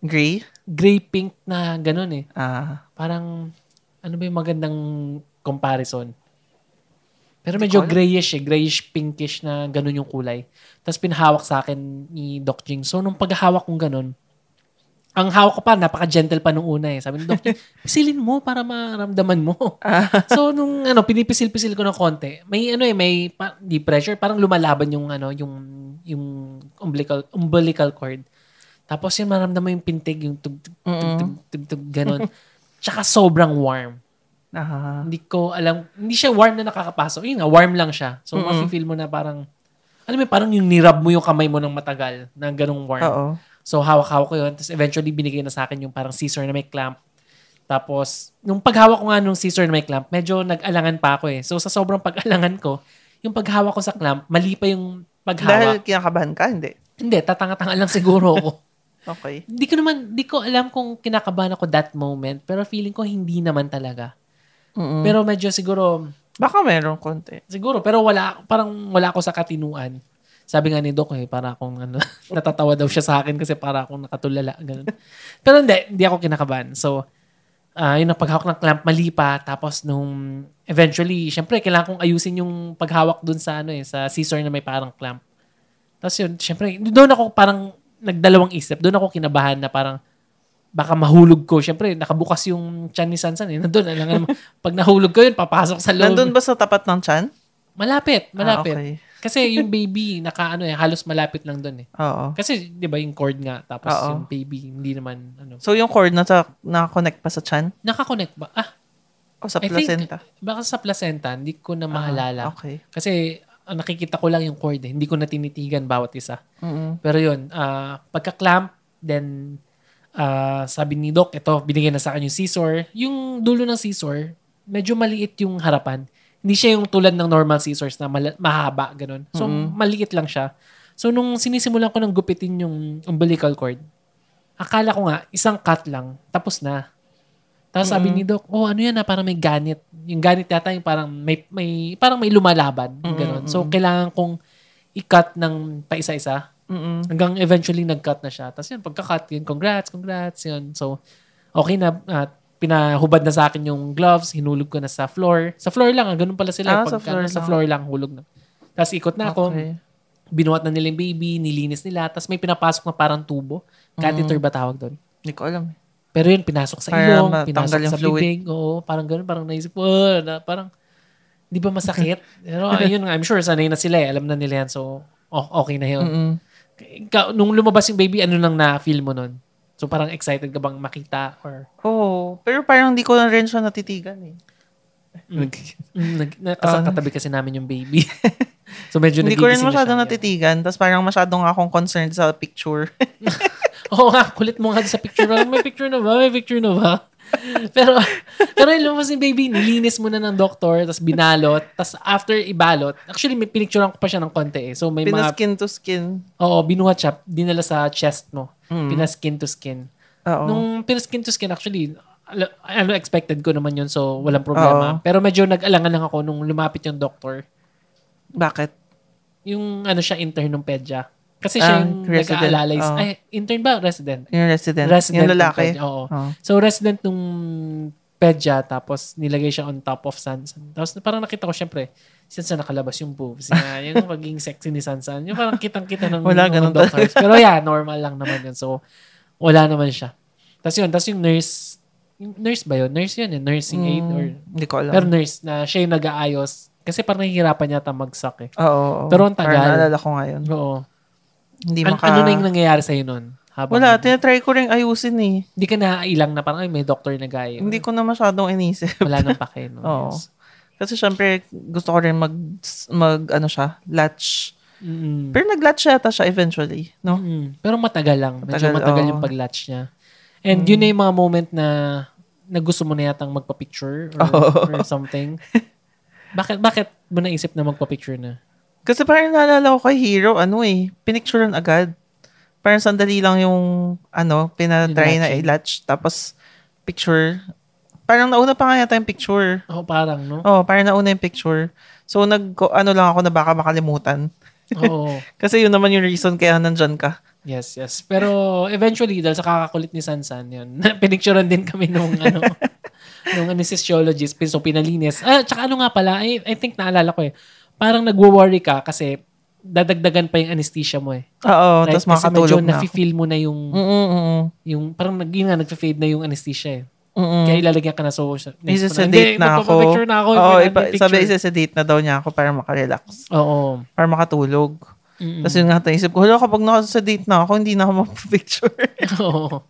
Speaker 2: Gray?
Speaker 1: gray-pink na ganun eh.
Speaker 2: Ah.
Speaker 1: Parang, ano ba yung magandang comparison? Pero
Speaker 2: Hindi
Speaker 1: medyo
Speaker 2: ko alam.
Speaker 1: grayish eh. Grayish-pinkish na ganun yung kulay. Tapos pinahawak sa akin ni Doc Jing. So, nung paghahawak kong ganun, ang hawak ko pa, napaka-gentle pa nung una eh. Sabi ni Doc Jing, pisilin mo para maramdaman mo. so, nung ano, pinipisil-pisil ko ng konti, may ano eh, may pa, di pressure, parang lumalaban yung ano, yung, yung umbilical, umbilical cord. Tapos yun, maramdaman mo yung pintig, yung tug, tug, tug,
Speaker 2: Mm.
Speaker 1: tug, tug, tug, ganun. Tsaka sobrang warm.
Speaker 2: Ah.
Speaker 1: Hindi ko alam, hindi siya warm na nakakapasok. Yun nga, warm lang siya. So,
Speaker 2: Mm-mm.
Speaker 1: mafe-feel mo na parang, alam mo, parang yung nirab mo yung kamay mo ng matagal, na ganung warm.
Speaker 2: Oo.
Speaker 1: So, hawak-hawak ko yun. Tapos, eventually, binigay na sa akin yung parang scissor na may clamp. Tapos, nung paghawak ko nga nung scissor na may clamp, medyo nag-alangan pa ako eh. So, sa sobrang pag-alangan ko, yung paghawak ko sa clamp, mali pa yung
Speaker 2: Dahil
Speaker 1: paghawak.
Speaker 2: kinakabahan ka, hindi.
Speaker 1: Hindi, tatanga-tanga lang siguro ako.
Speaker 2: Okay.
Speaker 1: Hindi ko naman, hindi ko alam kung kinakabahan ako that moment, pero feeling ko hindi naman talaga.
Speaker 2: Mm-mm.
Speaker 1: Pero medyo siguro,
Speaker 2: Baka meron konti.
Speaker 1: siguro, pero wala, parang wala ako sa katinuan. Sabi nga ni Doc, eh, para akong ano, natatawa daw siya sa akin kasi para akong nakatulala. Ganun. Pero hindi, hindi ako kinakabahan. So, ah yun ang paghawak ng clamp, mali pa. Tapos nung, eventually, syempre, kailangan kong ayusin yung paghawak dun sa, ano eh, sa scissor na may parang clamp. Tapos yun, syempre, doon ako parang nagdalawang isip. Doon ako kinabahan na parang baka mahulog ko. Syempre, nakabukas yung chan ni Sansan eh. Nandun, alam nga naman, pag nahulog ko yun, papasok sa loob.
Speaker 2: Nandun ba sa tapat ng chan?
Speaker 1: Malapit, malapit.
Speaker 2: Ah, okay.
Speaker 1: Kasi yung baby, naka ano eh, halos malapit lang doon eh.
Speaker 2: Oo.
Speaker 1: Kasi, di ba, yung cord nga, tapos
Speaker 2: Oo.
Speaker 1: yung baby, hindi naman, ano.
Speaker 2: So, yung cord na sa, nakakonect pa sa chan?
Speaker 1: Nakakonect ba? Ah,
Speaker 2: O sa
Speaker 1: I think-
Speaker 2: placenta?
Speaker 1: Baka sa placenta, hindi ko na maalala.
Speaker 2: Ah, okay.
Speaker 1: Kasi ang nakikita ko lang yung cord. Eh. Hindi ko na tinitigan bawat isa.
Speaker 2: Mm-mm.
Speaker 1: Pero yun, ah, pagka-clamp, then ah, sabi ni Doc, ito, binigyan na sa akin yung scissor. Yung dulo ng scissor, medyo maliit yung harapan. Hindi siya yung tulad ng normal scissors na mala- mahaba, ganun. So, maliit lang siya. So, nung sinisimulan ko ng gupitin yung umbilical cord, akala ko nga, isang cut lang, tapos na. Tapos sabi ni Doc, oh, ano yan na, parang may ganit. Yung ganit yata yung parang may, may, parang may lumalaban. yung Ganun. So, kailangan kong i-cut ng paisa-isa.
Speaker 2: Mm-mm.
Speaker 1: Hanggang eventually nag-cut na siya. Tapos yun, pagka-cut yun, congrats, congrats, yun. So, okay na. At pinahubad na sa akin yung gloves, hinulog ko na sa floor. Sa floor lang, ah, ganun pala sila.
Speaker 2: Ah, sa
Speaker 1: Pagka-
Speaker 2: floor
Speaker 1: sa
Speaker 2: lang.
Speaker 1: floor lang, hulog na. Tapos ikot na ako,
Speaker 2: Okay.
Speaker 1: binuhat na nila yung baby, nilinis nila. Tapos may pinapasok na parang tubo.
Speaker 2: Mm.
Speaker 1: Catheter ba tawag doon?
Speaker 2: Hindi ko alam. eh.
Speaker 1: Pero yun, pinasok sa
Speaker 2: Para
Speaker 1: ilong,
Speaker 2: matanggal
Speaker 1: pinasok
Speaker 2: yung
Speaker 1: sa
Speaker 2: fluid.
Speaker 1: bibig. Oo, parang ganun, parang naisip, oh, na, parang, di ba masakit? Pero ayun nga, I'm sure sanay na sila eh. Alam na nila yan. So, oh, okay na yun.
Speaker 2: Mm-mm.
Speaker 1: Ikaw, nung lumabas yung baby, ano nang na-feel mo nun? So parang excited ka bang makita or
Speaker 2: Oo. pero parang hindi ko na rin siya natitigan eh.
Speaker 1: mm, nag, na- kasi
Speaker 2: Oo.
Speaker 1: katabi kasi namin yung baby. so medyo
Speaker 2: um, Hindi ko rin
Speaker 1: nagigising na
Speaker 2: masyadong
Speaker 1: siya.
Speaker 2: natitigan. Tapos parang masyadong akong concerned sa picture.
Speaker 1: Oo nga, kulit mo nga sa picture. Parang, may picture na ba? May picture na ba? pero, pero yung lumabas yung baby, nilinis muna ng doktor, tapos binalot, tapos after ibalot, actually may pinicturean ko pa siya ng konti eh. So may mga,
Speaker 2: Pinaskin to skin.
Speaker 1: oo, binuhat siya, dinala sa chest mo.
Speaker 2: Mm.
Speaker 1: Pinaskin to skin.
Speaker 2: Oo.
Speaker 1: Nung pinskin to skin, actually, al- ano, expected ko naman yun, so walang
Speaker 2: Oh.
Speaker 1: problema. Pero medyo nag-alangan lang ako nung lumapit yung doctor.
Speaker 2: Bakit?
Speaker 1: Yung ano siya, intern ng pedya. Kasi siya
Speaker 2: Ah,
Speaker 1: yung
Speaker 2: resident.
Speaker 1: nag-aalala. is-
Speaker 2: Oo.
Speaker 1: Ay, intern ba? Resident.
Speaker 2: Yung resident.
Speaker 1: Resident
Speaker 2: yung
Speaker 1: ng
Speaker 2: lalaki. Oh.
Speaker 1: pedya, oo.
Speaker 2: Oo.
Speaker 1: So, resident nung pedya, tapos nilagay siya on top of Sansan. Tapos parang nakita ko, syempre, si Sansan nakalabas yung boobs niya, yung pagiging sexy ni Sansan. Yung parang kitang-kita ng,
Speaker 2: Wala,
Speaker 1: ng
Speaker 2: ganun
Speaker 1: doctors. Pero yeah, normal lang naman yun. So, wala naman siya. Tapos yun, tapos yung nurse, yung nurse ba yun? Nurse yun, eh, nursing aid or,
Speaker 2: Mm. Hindi ko alam.
Speaker 1: pero nurse na siya yung nag-aayos. Kasi parang nahihirapan yata magsak eh.
Speaker 2: Oo. oo.
Speaker 1: Pero ang tagal.
Speaker 2: Parang naalala ko ngayon.
Speaker 1: Oo.
Speaker 2: Hindi
Speaker 1: An-
Speaker 2: maka...
Speaker 1: ano na yung nangyayari sa'yo nun? Habang
Speaker 2: Wala, tinatry ko rin ayusin eh.
Speaker 1: Hindi ka naailang na parang, ay, may doctor na gaya.
Speaker 2: Hindi ko na masyadong inisip.
Speaker 1: Wala nang pake. No?
Speaker 2: Oo. Kasi syempre, gusto ko rin mag, mag ano siya, latch.
Speaker 1: Mm.
Speaker 2: Pero nag-latch yata siya eventually, no?
Speaker 1: Mm, pero matagal lang. Medyo
Speaker 2: Matagal,
Speaker 1: matagal
Speaker 2: oo. Mm.
Speaker 1: yung pag-latch niya. And yun na yung mga moment na, na gusto mo na yatang magpa-picture or,
Speaker 2: Oo.
Speaker 1: or something. bakit bakit mo naisip na magpa-picture na?
Speaker 2: Kasi parang naalala ko kay Hero, ano eh, pinicturean agad. Parang sandali lang yung, ano, pinatry na i-latch. Tapos, picture. Parang nauna pa nga yata yung picture.
Speaker 1: Oo, parang, no?
Speaker 2: Oh, parang nauna yung picture. So, nag, ano lang ako na baka makalimutan.
Speaker 1: Oo.
Speaker 2: Kasi yun naman yung reason kaya nandyan ka.
Speaker 1: Yes, yes. Pero eventually, dahil sa kakakulit ni Sansan, yun, pinicturean din kami nung ano, nung anesthesiologist, so pinalinis. Ah, tsaka ano nga pala, I, I think naalala ko eh, parang nagwo-worry ka kasi dadagdagan pa yung anesthesia mo eh.
Speaker 2: Ah, Oo,
Speaker 1: Right?
Speaker 2: tapos
Speaker 1: Kasi medyo
Speaker 2: Oh, makakatulog na. ako. Mm.
Speaker 1: nafe-feel mo na yung
Speaker 2: Mm-mm, mm-mm,
Speaker 1: yung parang nag, yun nga, nagfe-fade na yung anesthesia eh.
Speaker 2: mm-mm.
Speaker 1: Kaya ilalagyan ka na so next mo na,
Speaker 2: Isa-sedate
Speaker 1: "Hindi,
Speaker 2: na ako.
Speaker 1: magpapapicture na ako.
Speaker 2: Oo,
Speaker 1: Wala na
Speaker 2: ipa-
Speaker 1: yung
Speaker 2: sabi
Speaker 1: picture."
Speaker 2: isa-sedate na daw niya ako para makarelax.
Speaker 1: Oo.
Speaker 2: Para makatulog.
Speaker 1: Mm-mm.
Speaker 2: Tapos yun nga, naisip ko, hala, kapag nakasadate na ako, hindi na ako magpa-picture.
Speaker 1: Oo.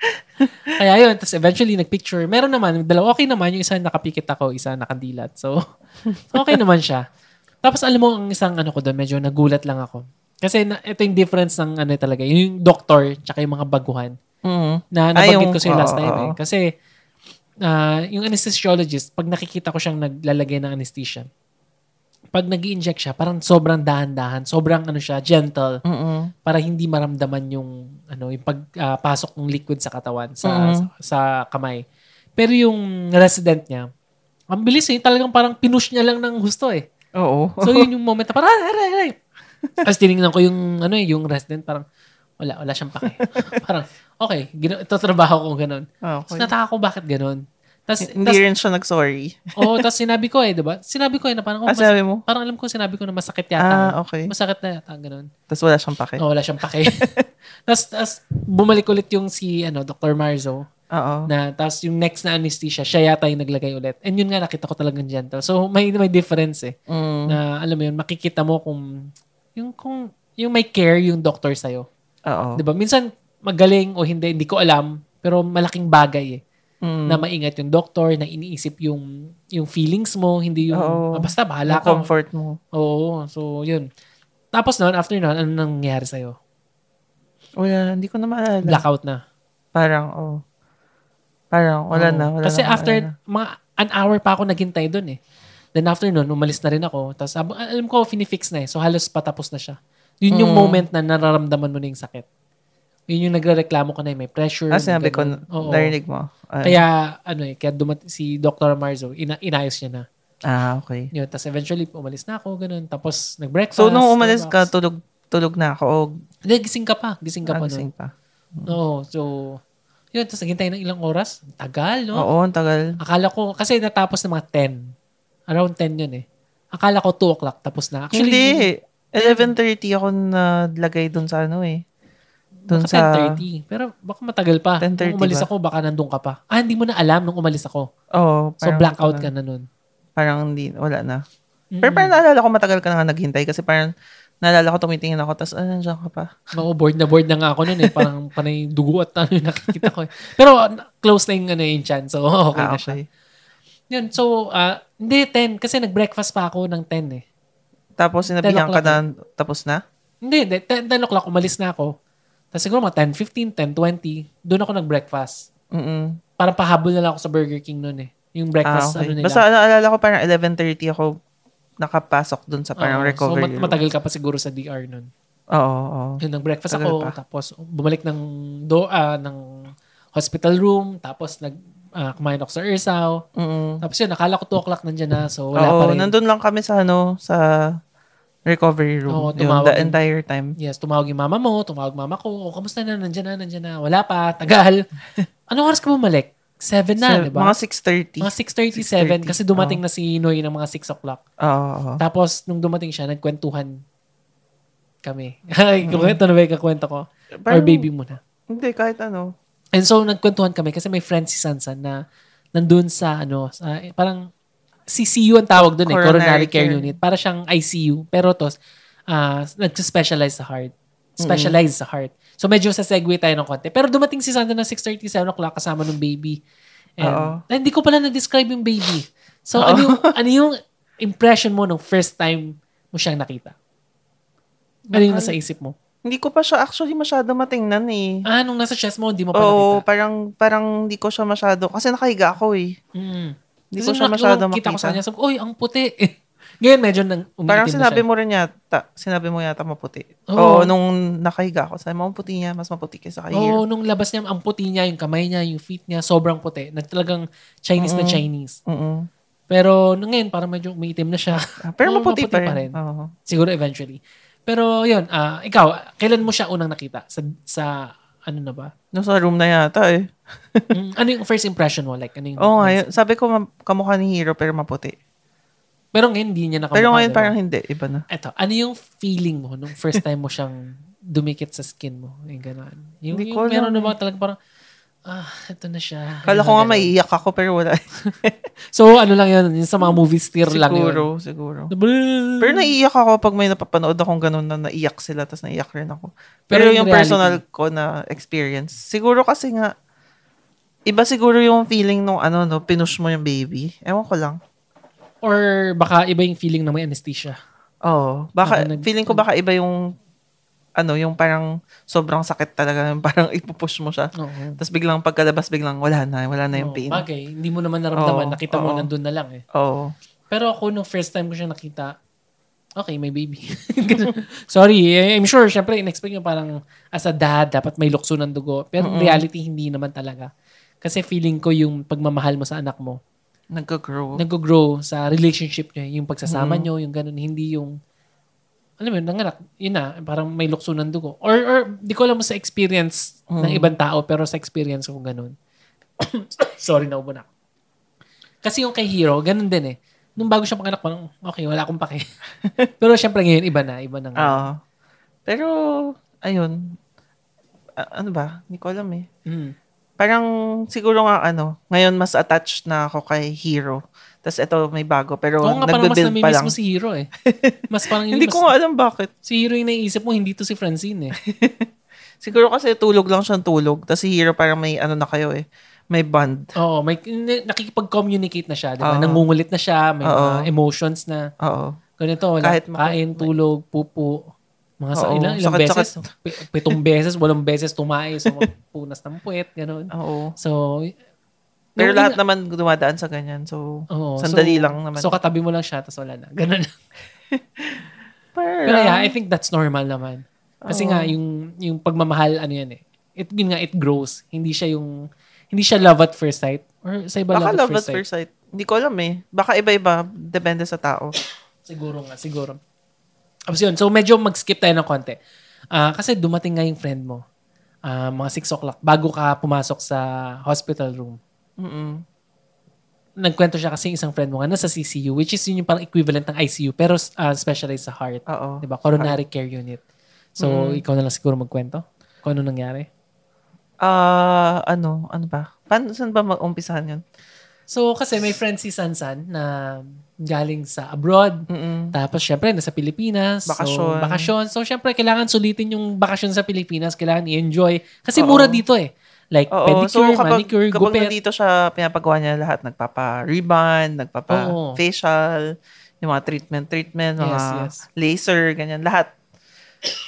Speaker 1: Kaya yun, tapos eventually nagpicture. Meron naman, yung dalawa okay naman, yung isa nakapikit ako, isa nakandilat. So, so okay naman siya. Tapos alam mo, ang isang ano ko doon, medyo nagulat lang ako. Kasi na, ito yung difference ng ano talaga, yung doctor, tsaka yung mga baguhan.
Speaker 2: mm
Speaker 1: na
Speaker 2: Ah,
Speaker 1: nabanggit
Speaker 2: yung-
Speaker 1: ko sa'yo last
Speaker 2: oo,
Speaker 1: time eh.
Speaker 2: oo.
Speaker 1: Kasi ah, yung anesthesiologist, pag nakikita ko siyang naglalagay ng anesthesia, pag nag inject siya, parang sobrang dahan-dahan, sobrang ano siya, gentle,
Speaker 2: Mm-mm.
Speaker 1: para hindi maramdaman yung ano yung pagpasok ng liquid sa katawan sa,
Speaker 2: Mhm.
Speaker 1: sa sa kamay. Pero yung resident niya, ang bilis eh, talagang parang pinush niya lang ng gusto eh.
Speaker 2: Oo.
Speaker 1: So yun yung moment na parang, "Ah, aray, aray, aray. Tapos tinignan ko yung, ano eh, yung resident, parang, wala, wala siyang pake. parang, okay, gino, ito trabaho ko ganun. Tapos
Speaker 2: Ah, Okay.
Speaker 1: nataka ko bakit ganun. Tapos,
Speaker 2: Hindi rin siya nag-sorry.
Speaker 1: oh, tapos sinabi ko eh, diba? Sinabi ko eh, na parang, oh,
Speaker 2: Ah,
Speaker 1: mas-
Speaker 2: sabi mo?
Speaker 1: parang alam ko, sinabi ko na masakit
Speaker 2: Ah,
Speaker 1: yata.
Speaker 2: okay.
Speaker 1: Masakit na yata, ganun.
Speaker 2: Tapos wala siyang pake.
Speaker 1: Oh, wala siyang pake. tapos, tapos, bumalik ulit yung si, ano, Dr. Marzo.
Speaker 2: Oo.
Speaker 1: Na, tapos yung next na anesthesia, siya yata yung naglagay ulit. And yun nga, nakita ko talagang gentle. So, may, may difference eh
Speaker 2: Mm.
Speaker 1: na alam mo yun, makikita mo kung yung kung yung may care yung doctor sa'yo. Diba?
Speaker 2: Oo.
Speaker 1: 'Di ba? Minsan magaling o hindi, hindi ko alam, pero malaking bagay eh.
Speaker 2: Mm.
Speaker 1: na maingat yung doctor, na iniisip yung yung feelings mo, hindi yung
Speaker 2: Oo.
Speaker 1: ah, basta
Speaker 2: Yung
Speaker 1: bahala ka.
Speaker 2: comfort mo.
Speaker 1: Oo, so yun. Tapos noon, after noon, ano nangyari sa'yo?
Speaker 2: Wala, hindi ko na maalala.
Speaker 1: Blackout na.
Speaker 2: Parang, oh. Parang, wala
Speaker 1: Oo.
Speaker 2: na. Wala
Speaker 1: Oh. Kasi
Speaker 2: na,
Speaker 1: after,
Speaker 2: wala na.
Speaker 1: mga an hour pa ako naghintay doon eh. Then after noon, umalis na rin ako. Tapos ab- alam ko, finifix na eh. So halos patapos na siya. Yun yung
Speaker 2: Mm.
Speaker 1: moment na nararamdaman mo na yung sakit. Yun yung nagrereklamo ko na eh. May pressure.
Speaker 2: Ah, sinabi ko,
Speaker 1: ganun. Oo.
Speaker 2: narinig mo. Ah,
Speaker 1: Kaya, ano eh, kaya dumat- si Dr. Marzo, ina- inayos niya na.
Speaker 2: ah, okay.
Speaker 1: Yun, tapos eventually, umalis na ako, ganun. Tapos, nag-breakfast.
Speaker 2: So, nung umalis ka, Ah,
Speaker 1: Starbucks.
Speaker 2: tulog, tulog na ako. O,
Speaker 1: Hindi, gising ka pa. Gising ka pa
Speaker 2: nagising
Speaker 1: nun.
Speaker 2: pa.
Speaker 1: Oo, so, yun, tapos naghintay ng ilang oras. Tagal, no?
Speaker 2: Oo, ang tagal.
Speaker 1: Akala ko, kasi natapos ng mga 10. Around 10 yun eh. Akala ko 2 o'clock tapos na. Actually,
Speaker 2: Hindi. 11.30 ako nalagay dun sa ano eh. Dun
Speaker 1: baka
Speaker 2: sa...
Speaker 1: 10.30. Pero baka matagal pa.
Speaker 2: 10:30
Speaker 1: Nung umalis
Speaker 2: ba?
Speaker 1: ako, baka nandun ka pa. Ah, hindi mo na alam nung umalis ako.
Speaker 2: Oo.
Speaker 1: So,
Speaker 2: parang
Speaker 1: blackout
Speaker 2: wala
Speaker 1: ka na Hmm. nun.
Speaker 2: Parang hindi, wala na.
Speaker 1: Mm-mm.
Speaker 2: Pero parang naalala ko matagal ka na nga naghintay kasi parang naalala ko tumitingin ako tapos ah, nandiyan ka pa.
Speaker 1: Oo, bored na bored na nga ako nun eh. Parang panay dugo at ano yung nakikita ko eh. Pero na- close na yung, ano, yung chance. So, okay
Speaker 2: ah,
Speaker 1: na siya. Yun, so, ah, hindi 10. Kasi nag-breakfast pa ako ng 10 eh.
Speaker 2: Tapos sinabihan ka na tapos na?
Speaker 1: Hindi, hindi. 10, 10 o'clock, umalis na ako. Tapos siguro mga 10.15, 10.20, doon ako nag-breakfast.
Speaker 2: Mm-mm.
Speaker 1: Parang pahabol na lang ako sa Burger King noon eh. Yung
Speaker 2: Ah,
Speaker 1: breakfast, ano
Speaker 2: okay.
Speaker 1: nila.
Speaker 2: Basta naalala ko parang 11.30 ako nakapasok dun sa parang
Speaker 1: Oo,
Speaker 2: recovery
Speaker 1: So, mat-
Speaker 2: room.
Speaker 1: matagal ka pa siguro sa DR noon.
Speaker 2: Oo, oo.
Speaker 1: Yun, nag-breakfast
Speaker 2: Tagal
Speaker 1: ako,
Speaker 2: pa.
Speaker 1: tapos bumalik ng, do, ah, ng hospital room, tapos nag, ah, kumain ako sa Ursaw.
Speaker 2: Mm-mm.
Speaker 1: Tapos yun, nakala ko 2 o'clock nandyan na, so wala pa
Speaker 2: Oo,
Speaker 1: rin.
Speaker 2: nandun lang kami sa ano, sa recovery room.
Speaker 1: Oo,
Speaker 2: Yun,
Speaker 1: tumawag
Speaker 2: the
Speaker 1: yung-
Speaker 2: entire time.
Speaker 1: Yes, tumawag yung mama mo, tumawag mama ko, oh, kamusta na, nandyan na, nandyan na, wala pa, tagal. Anong oras ka bumalik? 7 na,
Speaker 2: So,
Speaker 1: di ba?
Speaker 2: Mga 6.30.
Speaker 1: diba? Mga 6.37
Speaker 2: 6:30.
Speaker 1: kasi dumating na si Noy ng mga 6 o'clock.
Speaker 2: Oo, oo.
Speaker 1: Tapos, nung dumating siya, nagkwentuhan kami. Ay, Ito na ba yung kakwento ko? Or
Speaker 2: Parang-
Speaker 1: baby muna.
Speaker 2: Hindi, kahit ano.
Speaker 1: And so, nagkwentuhan kami kasi may friend si Sansan na nandun sa, ano, sa, eh, parang CCU ang tawag dun eh, Coronary,
Speaker 2: Coronary
Speaker 1: Care,
Speaker 2: care.
Speaker 1: Unit. Para siyang ICU. Pero tos, ah nag-specialize sa heart. Specialized sa heart. So, medyo sa segue tayo ng konti. Pero dumating si Sansan ng 6.37 o'clock kasama ng baby. And,
Speaker 2: Oo.
Speaker 1: ay, hindi ko pala na-describe yung baby. So, ano yung, ano yung impression mo nung first time mo siyang nakita? Ano yung nasa isip mo?
Speaker 2: Hindi ko pa siya actually masyado matingnan eh.
Speaker 1: Ah, nung nasa chest mo, hindi mo pa
Speaker 2: Oo,
Speaker 1: nakita.
Speaker 2: parang parang hindi ko siya masyado kasi nakahiga ako eh.
Speaker 1: Mm.
Speaker 2: Hindi ko
Speaker 1: Kasi
Speaker 2: siya
Speaker 1: nung
Speaker 2: masyado
Speaker 1: nakita
Speaker 2: makita.
Speaker 1: ko sa kanya, sabi ko, oy, ang puti. Ngayon, medyo nang umiitim
Speaker 2: parang
Speaker 1: na
Speaker 2: sinabi
Speaker 1: siya.
Speaker 2: mo rin yata, sinabi mo yata maputi.
Speaker 1: Oo.
Speaker 2: Oo, nung nakahiga ako, sabi mo, "Ang puti niya, mas maputi kaysa kay
Speaker 1: Oo,
Speaker 2: Hero."
Speaker 1: nung labas niya, ang puti niya, yung kamay niya, yung feet niya, sobrang puti. Na talagang Chinese na
Speaker 2: Mm-mm.
Speaker 1: Chinese.
Speaker 2: Mm-mm.
Speaker 1: Pero nung ngayon, parang medyo umiitim na siya.
Speaker 2: Ah, Pero
Speaker 1: Oo,
Speaker 2: maputi,
Speaker 1: maputi
Speaker 2: pa rin.
Speaker 1: pa rin.
Speaker 2: Oo.
Speaker 1: Siguro eventually. Pero yun, ah, ikaw, kailan mo siya unang nakita? Sa, sa ano na ba?
Speaker 2: Nasa room na yata eh.
Speaker 1: Mm, ano yung first impression mo? Like, ano yung...
Speaker 2: Oo, nga, yun. sabi ko ma- kamukha ni Hero pero maputi.
Speaker 1: Pero ngayon, hindi niya nakamukha.
Speaker 2: Pero ngayon
Speaker 1: diba?
Speaker 2: parang hindi, iba na.
Speaker 1: Eto, ano yung feeling mo nung first time mo siyang dumikit sa skin mo? Yung gano'n. Yung,
Speaker 2: Hindi
Speaker 1: yung
Speaker 2: ko
Speaker 1: meron
Speaker 2: alam
Speaker 1: na
Speaker 2: eh.
Speaker 1: ba talaga parang, ah, ito na siya.
Speaker 2: Kala
Speaker 1: Yung
Speaker 2: ko nga
Speaker 1: ganun.
Speaker 2: maiiyak ako pero wala.
Speaker 1: So, ano lang yun? Yung sa mga movie steer lang yun.
Speaker 2: siguro, siguro.
Speaker 1: Bleh.
Speaker 2: Pero naiiyak ako pag may napapanood akong ganun na naiyak sila tapos naiyak rin ako.
Speaker 1: Pero
Speaker 2: Pero,
Speaker 1: in
Speaker 2: yung
Speaker 1: reality-
Speaker 2: personal ko na experience, siguro kasi nga, iba siguro yung feeling nung ano, no, pinush mo yung baby. Ewan ko lang.
Speaker 1: Or baka iba yung feeling na may anesthesia.
Speaker 2: Oo. Baka,
Speaker 1: Ako nag-
Speaker 2: feeling ko baka iba yung, ano, yung parang sobrang sakit talaga. Yung parang ipupush mo siya.
Speaker 1: Oo.
Speaker 2: Tapos biglang pagkalabas, biglang wala na. Wala na
Speaker 1: Oo,
Speaker 2: yung pain.
Speaker 1: Bagay, hindi mo naman naramdaman.
Speaker 2: Oo,
Speaker 1: Nakita mo,
Speaker 2: oo.
Speaker 1: nandun na lang eh.
Speaker 2: Oo.
Speaker 1: Pero ako, nung first time ko siya nakita, okay, may baby. Ganun. Sorry, eh, I'm sure, syempre, in-expect nyo parang as a dad, dapat may lukso ng dugo. Pero in
Speaker 2: Mm-mm.
Speaker 1: reality, hindi naman talaga. Kasi feeling ko yung pagmamahal mo sa anak mo,
Speaker 2: Nagka-grow.
Speaker 1: nag-grow sa relationship nyo, yung pagsasama
Speaker 2: Mm.
Speaker 1: nyo, yung ganun, hindi yung, alam mo, yun, nanganak, yun na, parang may lukso ng dugo. Or, or di ko alam sa experience ng
Speaker 2: Mm.
Speaker 1: ibang tao, pero sa experience ko ganun. Sorry, naubo na ako. Kasi yung kay Hero, ganun din eh. Nung bago siya panganak, parang, okay, wala akong pake. pero syempre ngayon, iba na, iba na nga.
Speaker 2: Oo. Pero, ayun. A- ano ba? Hindi ko alam eh.
Speaker 1: Mm.
Speaker 2: parang siguro nga ano, ngayon mas attached na ako kay Hero. Tapos ito may bago pero
Speaker 1: Oo nga, parang mas
Speaker 2: nagbe-build pa
Speaker 1: namimiss
Speaker 2: lang.
Speaker 1: mo si Hero eh. Mas parang yun,
Speaker 2: Hindi
Speaker 1: mas-
Speaker 2: ko nga alam bakit.
Speaker 1: si Hero yung naiisip mo, hindi to si Francine eh.
Speaker 2: Siguro kasi tulog lang siyang tulog. Tapos si Hero parang may ano na kayo eh. may bond.
Speaker 1: Oo, may n- nakikipag-communicate na siya, di ba?
Speaker 2: Oo.
Speaker 1: Nangungulit na siya, may
Speaker 2: Oo.
Speaker 1: mga emotions na
Speaker 2: Oo.
Speaker 1: ganito, wala,
Speaker 2: Kahit maka-
Speaker 1: kain, tulog, pupo, mga sa
Speaker 2: Oo,
Speaker 1: ilang, ilang
Speaker 2: sakit,
Speaker 1: beses, pi- pitong beses, walong beses tumae, so punas ng puwet, gano'n.
Speaker 2: Oo.
Speaker 1: So,
Speaker 2: Pero
Speaker 1: nung
Speaker 2: lahat
Speaker 1: ina-
Speaker 2: naman dumadaan sa ganyan. So,
Speaker 1: Oo,
Speaker 2: sandali
Speaker 1: so-
Speaker 2: lang naman.
Speaker 1: So, katabi mo lang siya, tapos wala na. Ganun.
Speaker 2: Parang-
Speaker 1: Pero yeah, I think that's normal naman. Kasi
Speaker 2: Oo.
Speaker 1: nga, yung, yung pagmamahal, ano yan eh. It, yun nga, it grows. Hindi siya yung, hindi siya love at first sight. Or sa iba
Speaker 2: Baka
Speaker 1: love, at first sight.
Speaker 2: sight. Hindi ko alam eh. Baka iba-iba. Depende sa tao.
Speaker 1: Siguro nga, siguro. Tapos yun, so medyo mag-skip tayo ng konti. Ah, kasi dumating nga yung friend mo, ah, mga 6 o'clock, bago ka pumasok sa hospital room.
Speaker 2: Mm-mm.
Speaker 1: Nagkwento siya kasi yung isang friend mo nga, nasa CCU, which is yun yung parang equivalent ng ICU, pero ah, specialized sa heart.
Speaker 2: Oo.
Speaker 1: di ba? Coronary care unit. So, ikaw na lang siguro magkwento kung ano nangyari.
Speaker 2: Ah, ano? Ano ba? Paano, saan ba mag-umpisahan yun?
Speaker 1: So, kasi may friend si Sansan na galing sa abroad.
Speaker 2: Mm-mm.
Speaker 1: Tapos, syempre, nasa Pilipinas.
Speaker 2: Bakasyon.
Speaker 1: So, bakasyon. So, syempre, kailangan sulitin yung bakasyon sa Pilipinas. Kailangan i-enjoy. Kasi
Speaker 2: Oo.
Speaker 1: mura dito eh. Like,
Speaker 2: Oo.
Speaker 1: pedicure,
Speaker 2: So, kapag,
Speaker 1: manicure,
Speaker 2: kapag
Speaker 1: gupit.
Speaker 2: nandito siya, pinapagawa niya lahat. Nagpapa-reband,
Speaker 1: Oo.
Speaker 2: nagpapa-facial, yung mga treatment-treatment, mga
Speaker 1: Yes, yes.
Speaker 2: laser, ganyan. Lahat.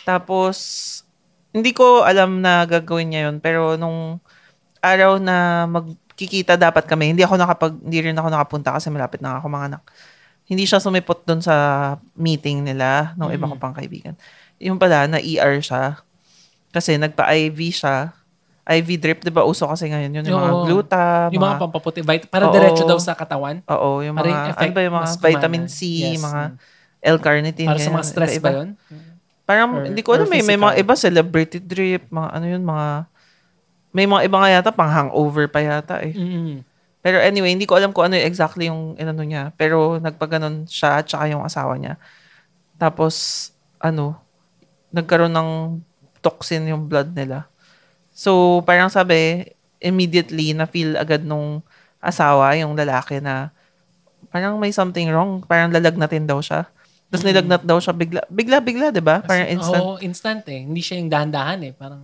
Speaker 2: Tapos, hindi ko alam na gagawin niya yun. Pero nung araw na magkikita dapat kami, hindi ako nakapag, hindi rin ako nakapunta kasi malapit na ako mga anak. Hindi siya sumipot doon sa meeting nila nung iba ko
Speaker 1: Mm.
Speaker 2: pang kaibigan. Yung pala, na ER siya. Kasi nagpa-IV siya. IV drip, di ba? Uso kasi ngayon yun. Yung mga
Speaker 1: Oo.
Speaker 2: gluta,
Speaker 1: yung mga
Speaker 2: mga,
Speaker 1: pampaputi. Vit- para
Speaker 2: Oo.
Speaker 1: diretso daw sa katawan.
Speaker 2: oo, yung
Speaker 1: Para yung
Speaker 2: mga, ano
Speaker 1: effect
Speaker 2: ba yung mga
Speaker 1: mas kumana.
Speaker 2: vitamin C,
Speaker 1: Yes.
Speaker 2: mga
Speaker 1: Mm.
Speaker 2: L-carnitine.
Speaker 1: Para sa
Speaker 2: ganyan,
Speaker 1: mga stress
Speaker 2: iba-iba.
Speaker 1: ba yun?
Speaker 2: Parang,
Speaker 1: Or-
Speaker 2: hindi ko alam,
Speaker 1: or
Speaker 2: may, may
Speaker 1: physical.
Speaker 2: mga iba, celebrity drip, mga ano yun, mga, may mga iba nga yata, pang hangover pa yata eh.
Speaker 1: Mm-mm.
Speaker 2: Pero anyway, hindi ko alam kung ano exactly yung inano niya. Pero nagpaganon siya at saka yung asawa niya. Tapos, ano, nagkaroon ng toxin yung blood nila. So, parang sabi, immediately na-feel agad nung asawa, yung lalaki na parang may something wrong. Parang lalagnatin daw siya. Tapos nilagnat daw siya bigla. Bigla-bigla, di ba?
Speaker 1: Mm. Kasi-
Speaker 2: Parang instant.
Speaker 1: Oo, instant eh. Hindi siya yung dahan-dahan eh. Parang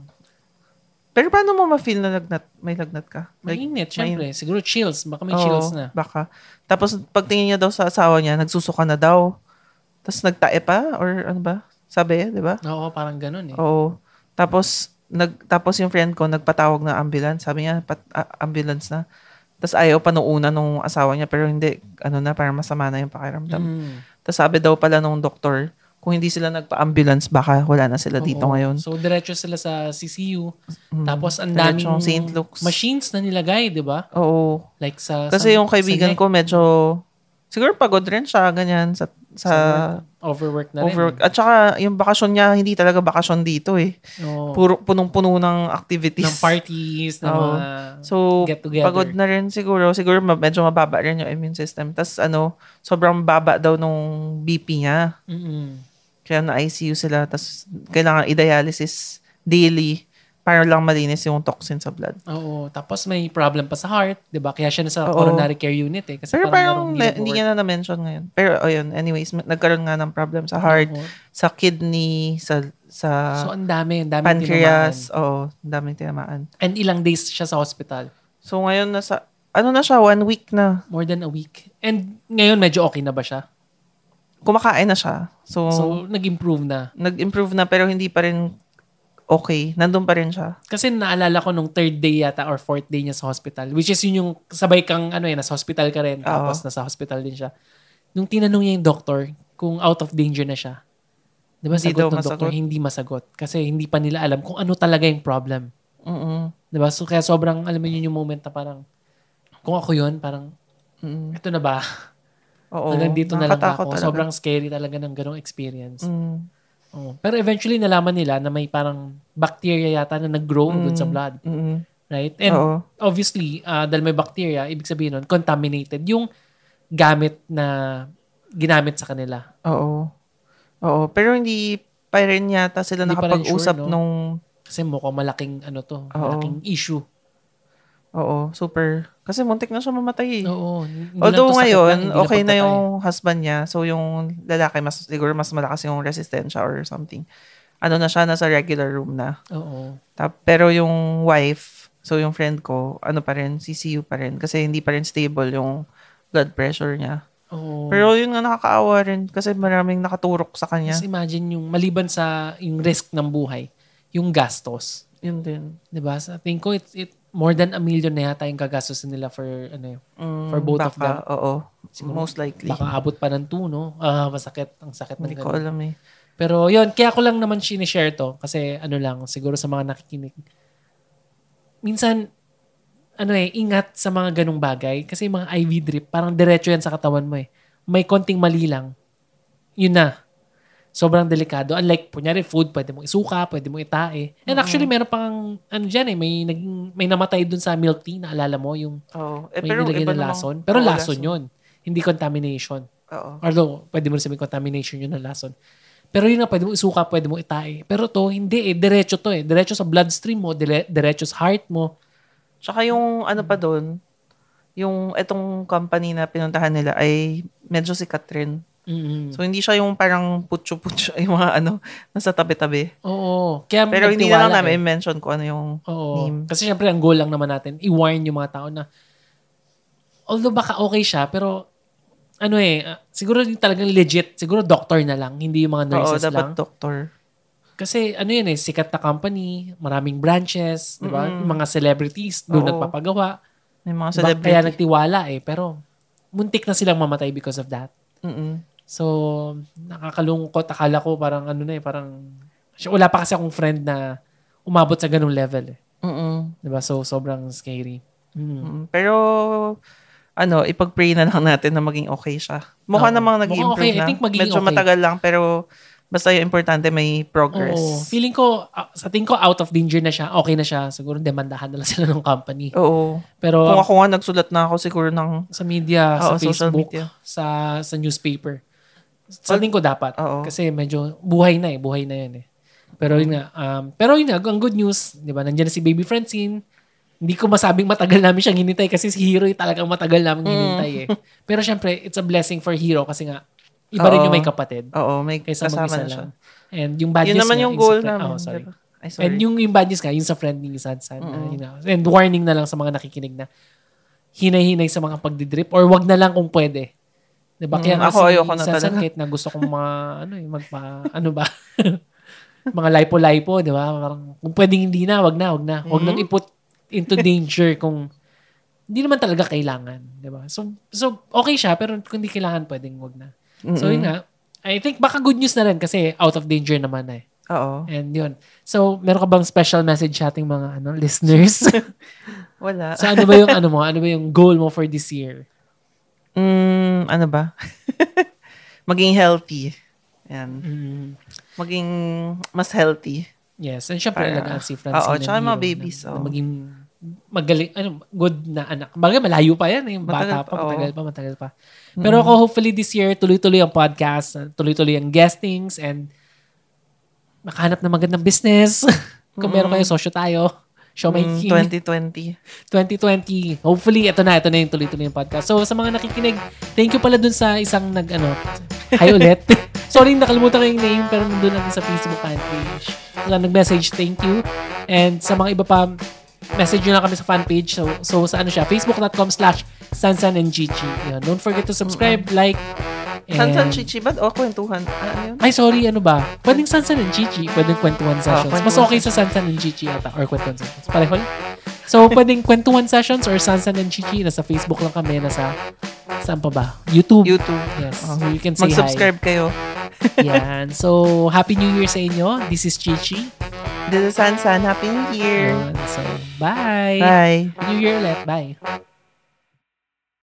Speaker 2: Pero paano mo ma-feel na lagnat? May lagnat ka? Like,
Speaker 1: mainit, syempre. Siguro chills. Baka may
Speaker 2: Oo,
Speaker 1: chills na.
Speaker 2: Baka. Tapos pagtingin niya daw sa asawa niya, nagsusuka na daw. Tapos nagtae pa or ano ba? Sabi, 'di ba?
Speaker 1: Oo, parang ganun eh.
Speaker 2: Oo. Tapos nag tapos yung friend ko nagpatawag na ambulance. Sabi niya, pat, a- ambulance na. Tapos ayaw pa nung una nung asawa niya pero hindi ano na parang masama na yung pakiramdam.
Speaker 1: Mm.
Speaker 2: Tapos sabi daw pala nung doktor, kung hindi sila nagpa-ambulance baka wala na sila dito
Speaker 1: Oo.
Speaker 2: ngayon.
Speaker 1: So, diretso sila sa CCU.
Speaker 2: Mm.
Speaker 1: Tapos, ang daming
Speaker 2: Diretsong St. Luke's.
Speaker 1: machines na nilagay, di ba?
Speaker 2: Oo.
Speaker 1: Like sa... sa-
Speaker 2: Kasi yung kaibigan
Speaker 1: sa
Speaker 2: ko medyo siguro pagod rin siya ganyan sa
Speaker 1: sa
Speaker 2: sa
Speaker 1: overwork na rin.
Speaker 2: Overwork.
Speaker 1: eh.
Speaker 2: At saka, yung bakasyon niya, hindi talaga bakasyon dito eh.
Speaker 1: Oo.
Speaker 2: Puro, punong-puno ng activities.
Speaker 1: ng parties, ng
Speaker 2: Oo.
Speaker 1: mga...
Speaker 2: So,
Speaker 1: get-together.
Speaker 2: pagod na rin siguro. Siguro ma- medyo mababa rin yung immune system. Tapos ano, sobrang baba daw nung BP niya.
Speaker 1: Mm-mm.
Speaker 2: Kaya na-ICU sila. Tapos kailangan i-dialysis daily para lang malinis yung toxin sa blood.
Speaker 1: Oo. Tapos may problem pa sa heart, di ba? Kaya siya nasa
Speaker 2: Oo.
Speaker 1: coronary care unit eh. Kasi
Speaker 2: Pero
Speaker 1: parang,
Speaker 2: parang,
Speaker 1: merong
Speaker 2: na- hindi
Speaker 1: nilabor.
Speaker 2: niya na na-mention ngayon. Pero ayun, anyways, ma- nagkaroon nga ng problem sa heart,
Speaker 1: Oo.
Speaker 2: sa kidney, sa sa
Speaker 1: So, ang dami. Ang dami
Speaker 2: pancreas. Oo, oh, daming tinamaan.
Speaker 1: And ilang days siya sa hospital.
Speaker 2: So ngayon nasa ano na siya, one week na.
Speaker 1: More than a week. And ngayon, medyo okay na ba siya?
Speaker 2: Kumakain na siya. So,
Speaker 1: So, nag-improve na.
Speaker 2: nag-improve na pero hindi pa rin okay. Nandun pa rin siya.
Speaker 1: Kasi naalala ko nung third day yata or fourth day niya sa hospital, which is yun yung sabay kang ano eh, nasa hospital ka rin,
Speaker 2: Oo.
Speaker 1: tapos nasa hospital din siya. Nung tinanong niya yung doctor kung out of danger na siya, di ba
Speaker 2: Hindi
Speaker 1: sagot
Speaker 2: daw
Speaker 1: ng doctor,
Speaker 2: masagot.
Speaker 1: hindi masagot. Kasi hindi pa nila alam kung ano talaga yung problem.
Speaker 2: Mm-mm.
Speaker 1: Di ba? So, kaya sobrang, alam mo yun yung moment na parang, kung ako yun, parang,
Speaker 2: Mm-mm.
Speaker 1: ito na ba?
Speaker 2: Oo.
Speaker 1: Hanggang dito na lang
Speaker 2: Nakakatakot
Speaker 1: ako.
Speaker 2: talaga.
Speaker 1: Sobrang scary talaga ng ganong experience.
Speaker 2: Mm.
Speaker 1: Oo. Pero eventually, nalaman nila na may parang bacteria yata na nag-grow dun sa
Speaker 2: Mm.
Speaker 1: blood.
Speaker 2: Mm-mm.
Speaker 1: Right? And
Speaker 2: Oo.
Speaker 1: obviously, ah, dahil may bacteria, ibig sabihin nun, contaminated yung gamit na ginamit sa kanila.
Speaker 2: Oo. Oo. Pero hindi pa rin yata sila
Speaker 1: Hindi pa rin
Speaker 2: nakapag-usap
Speaker 1: sure, no?
Speaker 2: nung
Speaker 1: Kasi mukhang malaking, ano to,
Speaker 2: Oo.
Speaker 1: malaking issue.
Speaker 2: Oo, super. Kasi muntik na siya mamatay eh.
Speaker 1: Oo. hindi lang to
Speaker 2: Although
Speaker 1: sakit lang,
Speaker 2: ngayon,
Speaker 1: hindi lang
Speaker 2: okay na
Speaker 1: pagtatay.
Speaker 2: yung husband niya. So, yung lalaki, mas, siguro mas malakas yung resistensya or something. Ano na siya, nasa regular room na.
Speaker 1: Oo.
Speaker 2: Tap, pero yung wife, So yung friend ko, ano pa rin, CCU pa rin. Kasi hindi pa rin stable yung blood pressure niya.
Speaker 1: Oo.
Speaker 2: Pero yun nga nakakaawa rin kasi maraming nakaturok sa kanya.
Speaker 1: Just imagine yung maliban sa yung risk ng buhay, yung gastos.
Speaker 2: Yun din.
Speaker 1: 'Di ba? Sa tingin ko it, it more than a million na yata yung gagastusin nila for ano yun.
Speaker 2: Mm,
Speaker 1: For both of
Speaker 2: baka,
Speaker 1: them?
Speaker 2: Oo.
Speaker 1: Siguro,
Speaker 2: Most likely.
Speaker 1: Baka abot pa ng two, no? Ah, masakit. Ang sakit ng
Speaker 2: Hindi ko
Speaker 1: ganun.
Speaker 2: alam eh.
Speaker 1: Pero yon kaya ko lang naman sinishare to. Kasi ano lang, siguro sa mga nakikinig. Minsan, ano eh, ingat sa mga ganong bagay. Kasi yung mga IV drip, parang diretso yan sa katawan mo eh. May konting mali lang. Yun na. Sobrang delikado. Unlike, punyari, food, pwede mong isuka, pwede mong itae.
Speaker 2: Mm-hmm.
Speaker 1: And actually, meron pang, ano dyan eh, may, naging, may namatay dun sa milk tea, naalala mo, yung
Speaker 2: Oo. Eh,
Speaker 1: may
Speaker 2: pero
Speaker 1: nilagay
Speaker 2: iba
Speaker 1: na
Speaker 2: namang-
Speaker 1: lason. Pero
Speaker 2: oo,
Speaker 1: lason yun. Hindi contamination.
Speaker 2: Oo.
Speaker 1: Although, pwede mo rin sabihin contamination yun ng lason. Pero yun nga, pwede mo isuka, pwede mo itae. Pero to, hindi eh. Diretso to eh. Diretso sa bloodstream mo, dire- diretso sa heart mo.
Speaker 2: Tsaka yung ano pa doon, yung etong company na pinuntahan nila ay medyo sikat rin.
Speaker 1: mm
Speaker 2: So, hindi siya yung parang putyo-putyo, yung mga ano, nasa tabi-tabi.
Speaker 1: Oo. Kaya
Speaker 2: Pero hindi na lang
Speaker 1: nagtiwala
Speaker 2: namin
Speaker 1: eh.
Speaker 2: mention kung ano yung...
Speaker 1: Oo.
Speaker 2: name.
Speaker 1: Kasi syempre, ang goal lang naman natin, i-warn yung mga tao na, although baka okay siya, pero ano eh, ah, siguro yung talagang legit, siguro doctor na lang, hindi yung mga
Speaker 2: Oo,
Speaker 1: nurses lang.
Speaker 2: dapat doktor.
Speaker 1: Kasi ano yun eh, sikat na company, maraming branches, di ba? Yung Mga celebrities doon
Speaker 2: Mm-hmm. Oo.
Speaker 1: nagpapagawa.
Speaker 2: May
Speaker 1: Diba?
Speaker 2: mga
Speaker 1: Kaya
Speaker 2: celebrity.
Speaker 1: nagtiwala eh. Pero muntik na silang mamatay because of that.
Speaker 2: Mm-mm.
Speaker 1: So, nakakalungkot. Akala ko parang ano na eh, parang... Kasi Wala pa kasi akong friend na umabot sa ganung level eh.
Speaker 2: Mm-mm.
Speaker 1: Diba? So, sobrang scary. Mm.
Speaker 2: Mm-mm. Pero, ano, ipag-pray na lang natin na maging okay siya. Mukha
Speaker 1: Oo.
Speaker 2: namang
Speaker 1: Mukhang
Speaker 2: nag-improve
Speaker 1: okay. I
Speaker 2: na.
Speaker 1: think magiging
Speaker 2: Medyo
Speaker 1: okay.
Speaker 2: matagal lang, pero basta yung importante may progress.
Speaker 1: Oo. Feeling ko, ah, sa tingin ko, out of danger na siya. Okay na siya. Siguro demandahan na lang sila ng company.
Speaker 2: Oo.
Speaker 1: Pero
Speaker 2: Kung ako nga nagsulat na ako siguro ng...
Speaker 1: sa media, sa
Speaker 2: Oo, social
Speaker 1: Facebook,
Speaker 2: media.
Speaker 1: sa sa newspaper. Sa tingin ko dapat.
Speaker 2: Oo.
Speaker 1: Kasi medyo buhay na eh. Buhay na yan eh. Pero yun nga. Um, pero yun nga, ang good news, di ba, nandiyan na si Baby Francine. Hindi ko masabing matagal namin siyang hinintay kasi si Hero eh, talagang matagal namin
Speaker 2: Mm.
Speaker 1: hinintay eh. Pero syempre, it's a blessing for Hero kasi nga, iba rin
Speaker 2: Oo.
Speaker 1: yung may kapatid.
Speaker 2: Oo, may
Speaker 1: Kaysa
Speaker 2: kasama
Speaker 1: mag-isa
Speaker 2: na siya.
Speaker 1: lang. And yung bad
Speaker 2: Yun
Speaker 1: news
Speaker 2: naman
Speaker 1: nga,
Speaker 2: yung goal
Speaker 1: sa friend-
Speaker 2: namin.
Speaker 1: Oh, sorry.
Speaker 2: diba? Ay, sorry.
Speaker 1: And yung, yung bad news nga, yung sa friend ni Sansan. na, you know, and warning na lang sa mga nakikinig na hinay-hinay sa mga pagdidrip or wag na lang kung pwede. Diba? Kaya
Speaker 2: Mm,
Speaker 1: nga
Speaker 2: ako
Speaker 1: si
Speaker 2: ayoko na
Speaker 1: Sansan
Speaker 2: talaga.
Speaker 1: kahit na gusto kong mga, ano eh, magpa, ano ba? mga lipo-lipo, di ba? Parang, kung pwedeng hindi na, wag na, wag na. Wag
Speaker 2: Mm-hmm.
Speaker 1: nang iput into danger kung hindi naman talaga kailangan, di ba? So, so okay siya, pero kung hindi kailangan, pwedeng wag na. So, yun nga. I think baka good news na rin kasi out of danger naman na eh.
Speaker 2: Oo.
Speaker 1: And yun. So, meron ka bang special message sa ating mga ano, listeners?
Speaker 2: Wala.
Speaker 1: so, ano ba yung ano mo? Ano ba yung goal mo for this year?
Speaker 2: Mm, ano ba? maging healthy. Yan.
Speaker 1: Mm,
Speaker 2: Maging mas healthy.
Speaker 1: yes. And syempre,
Speaker 2: Para-
Speaker 1: alagaan si Francine.
Speaker 2: Oo,
Speaker 1: and
Speaker 2: tsaka yung mga
Speaker 1: Hero
Speaker 2: babies,
Speaker 1: Na,
Speaker 2: oo.
Speaker 1: na maging magaling, ano, good na anak. Bagay, malayo pa yan. eh. Yung bata
Speaker 2: Matagal
Speaker 1: pa,
Speaker 2: pa, oo. Mm-hmm.
Speaker 1: matagal pa, matagal pa. Pero ako, hopefully this year, tuloy-tuloy ang podcast, uh, tuloy-tuloy ang guestings, and makahanap ng magandang business. Kung meron
Speaker 2: Mm-hmm.
Speaker 1: kayo, sosyo tayo. Show
Speaker 2: Mm,
Speaker 1: making. 2020.
Speaker 2: 2020.
Speaker 1: Hopefully, ito na, ito na yung tuloy-tuloy yung podcast. So, sa mga nakikinig, thank you pala dun sa isang nag, ano, hi ulit. Sorry, nakalimutan ko yung name, pero nandun natin sa Facebook fan page. Wala nag-message, thank you. And sa mga iba pa, message nyo na kami sa fan page. So, so sa ano siya, facebook.com slash sansan and Gigi. Yun. Don't forget to subscribe, like, and...
Speaker 2: Sansan Chichi, ba't o kwentuhan? Ah, ano yun?
Speaker 1: Ay, sorry, ano ba? Pwedeng Sansan and Chichi. Pwedeng kwentuhan sessions.
Speaker 2: Ah,
Speaker 1: Mas
Speaker 2: kwentuhan
Speaker 1: okay sa Sansan and Chichi yata. Or kwentuhan sessions. Pareho lang. So, pwedeng kwentuhan sessions or Sansan and Chichi. Nasa Facebook lang kami. Nasa, saan pa ba? YouTube.
Speaker 2: YouTube.
Speaker 1: Yes.
Speaker 2: Oh.
Speaker 1: You can say
Speaker 2: Mag-subscribe kayo.
Speaker 1: hi. Yan. So, Happy New Year sa inyo. This is Chichi.
Speaker 2: This is Sansan. Happy New Year.
Speaker 1: Yan. So, bye.
Speaker 2: Bye.
Speaker 1: New Year ulit. Bye.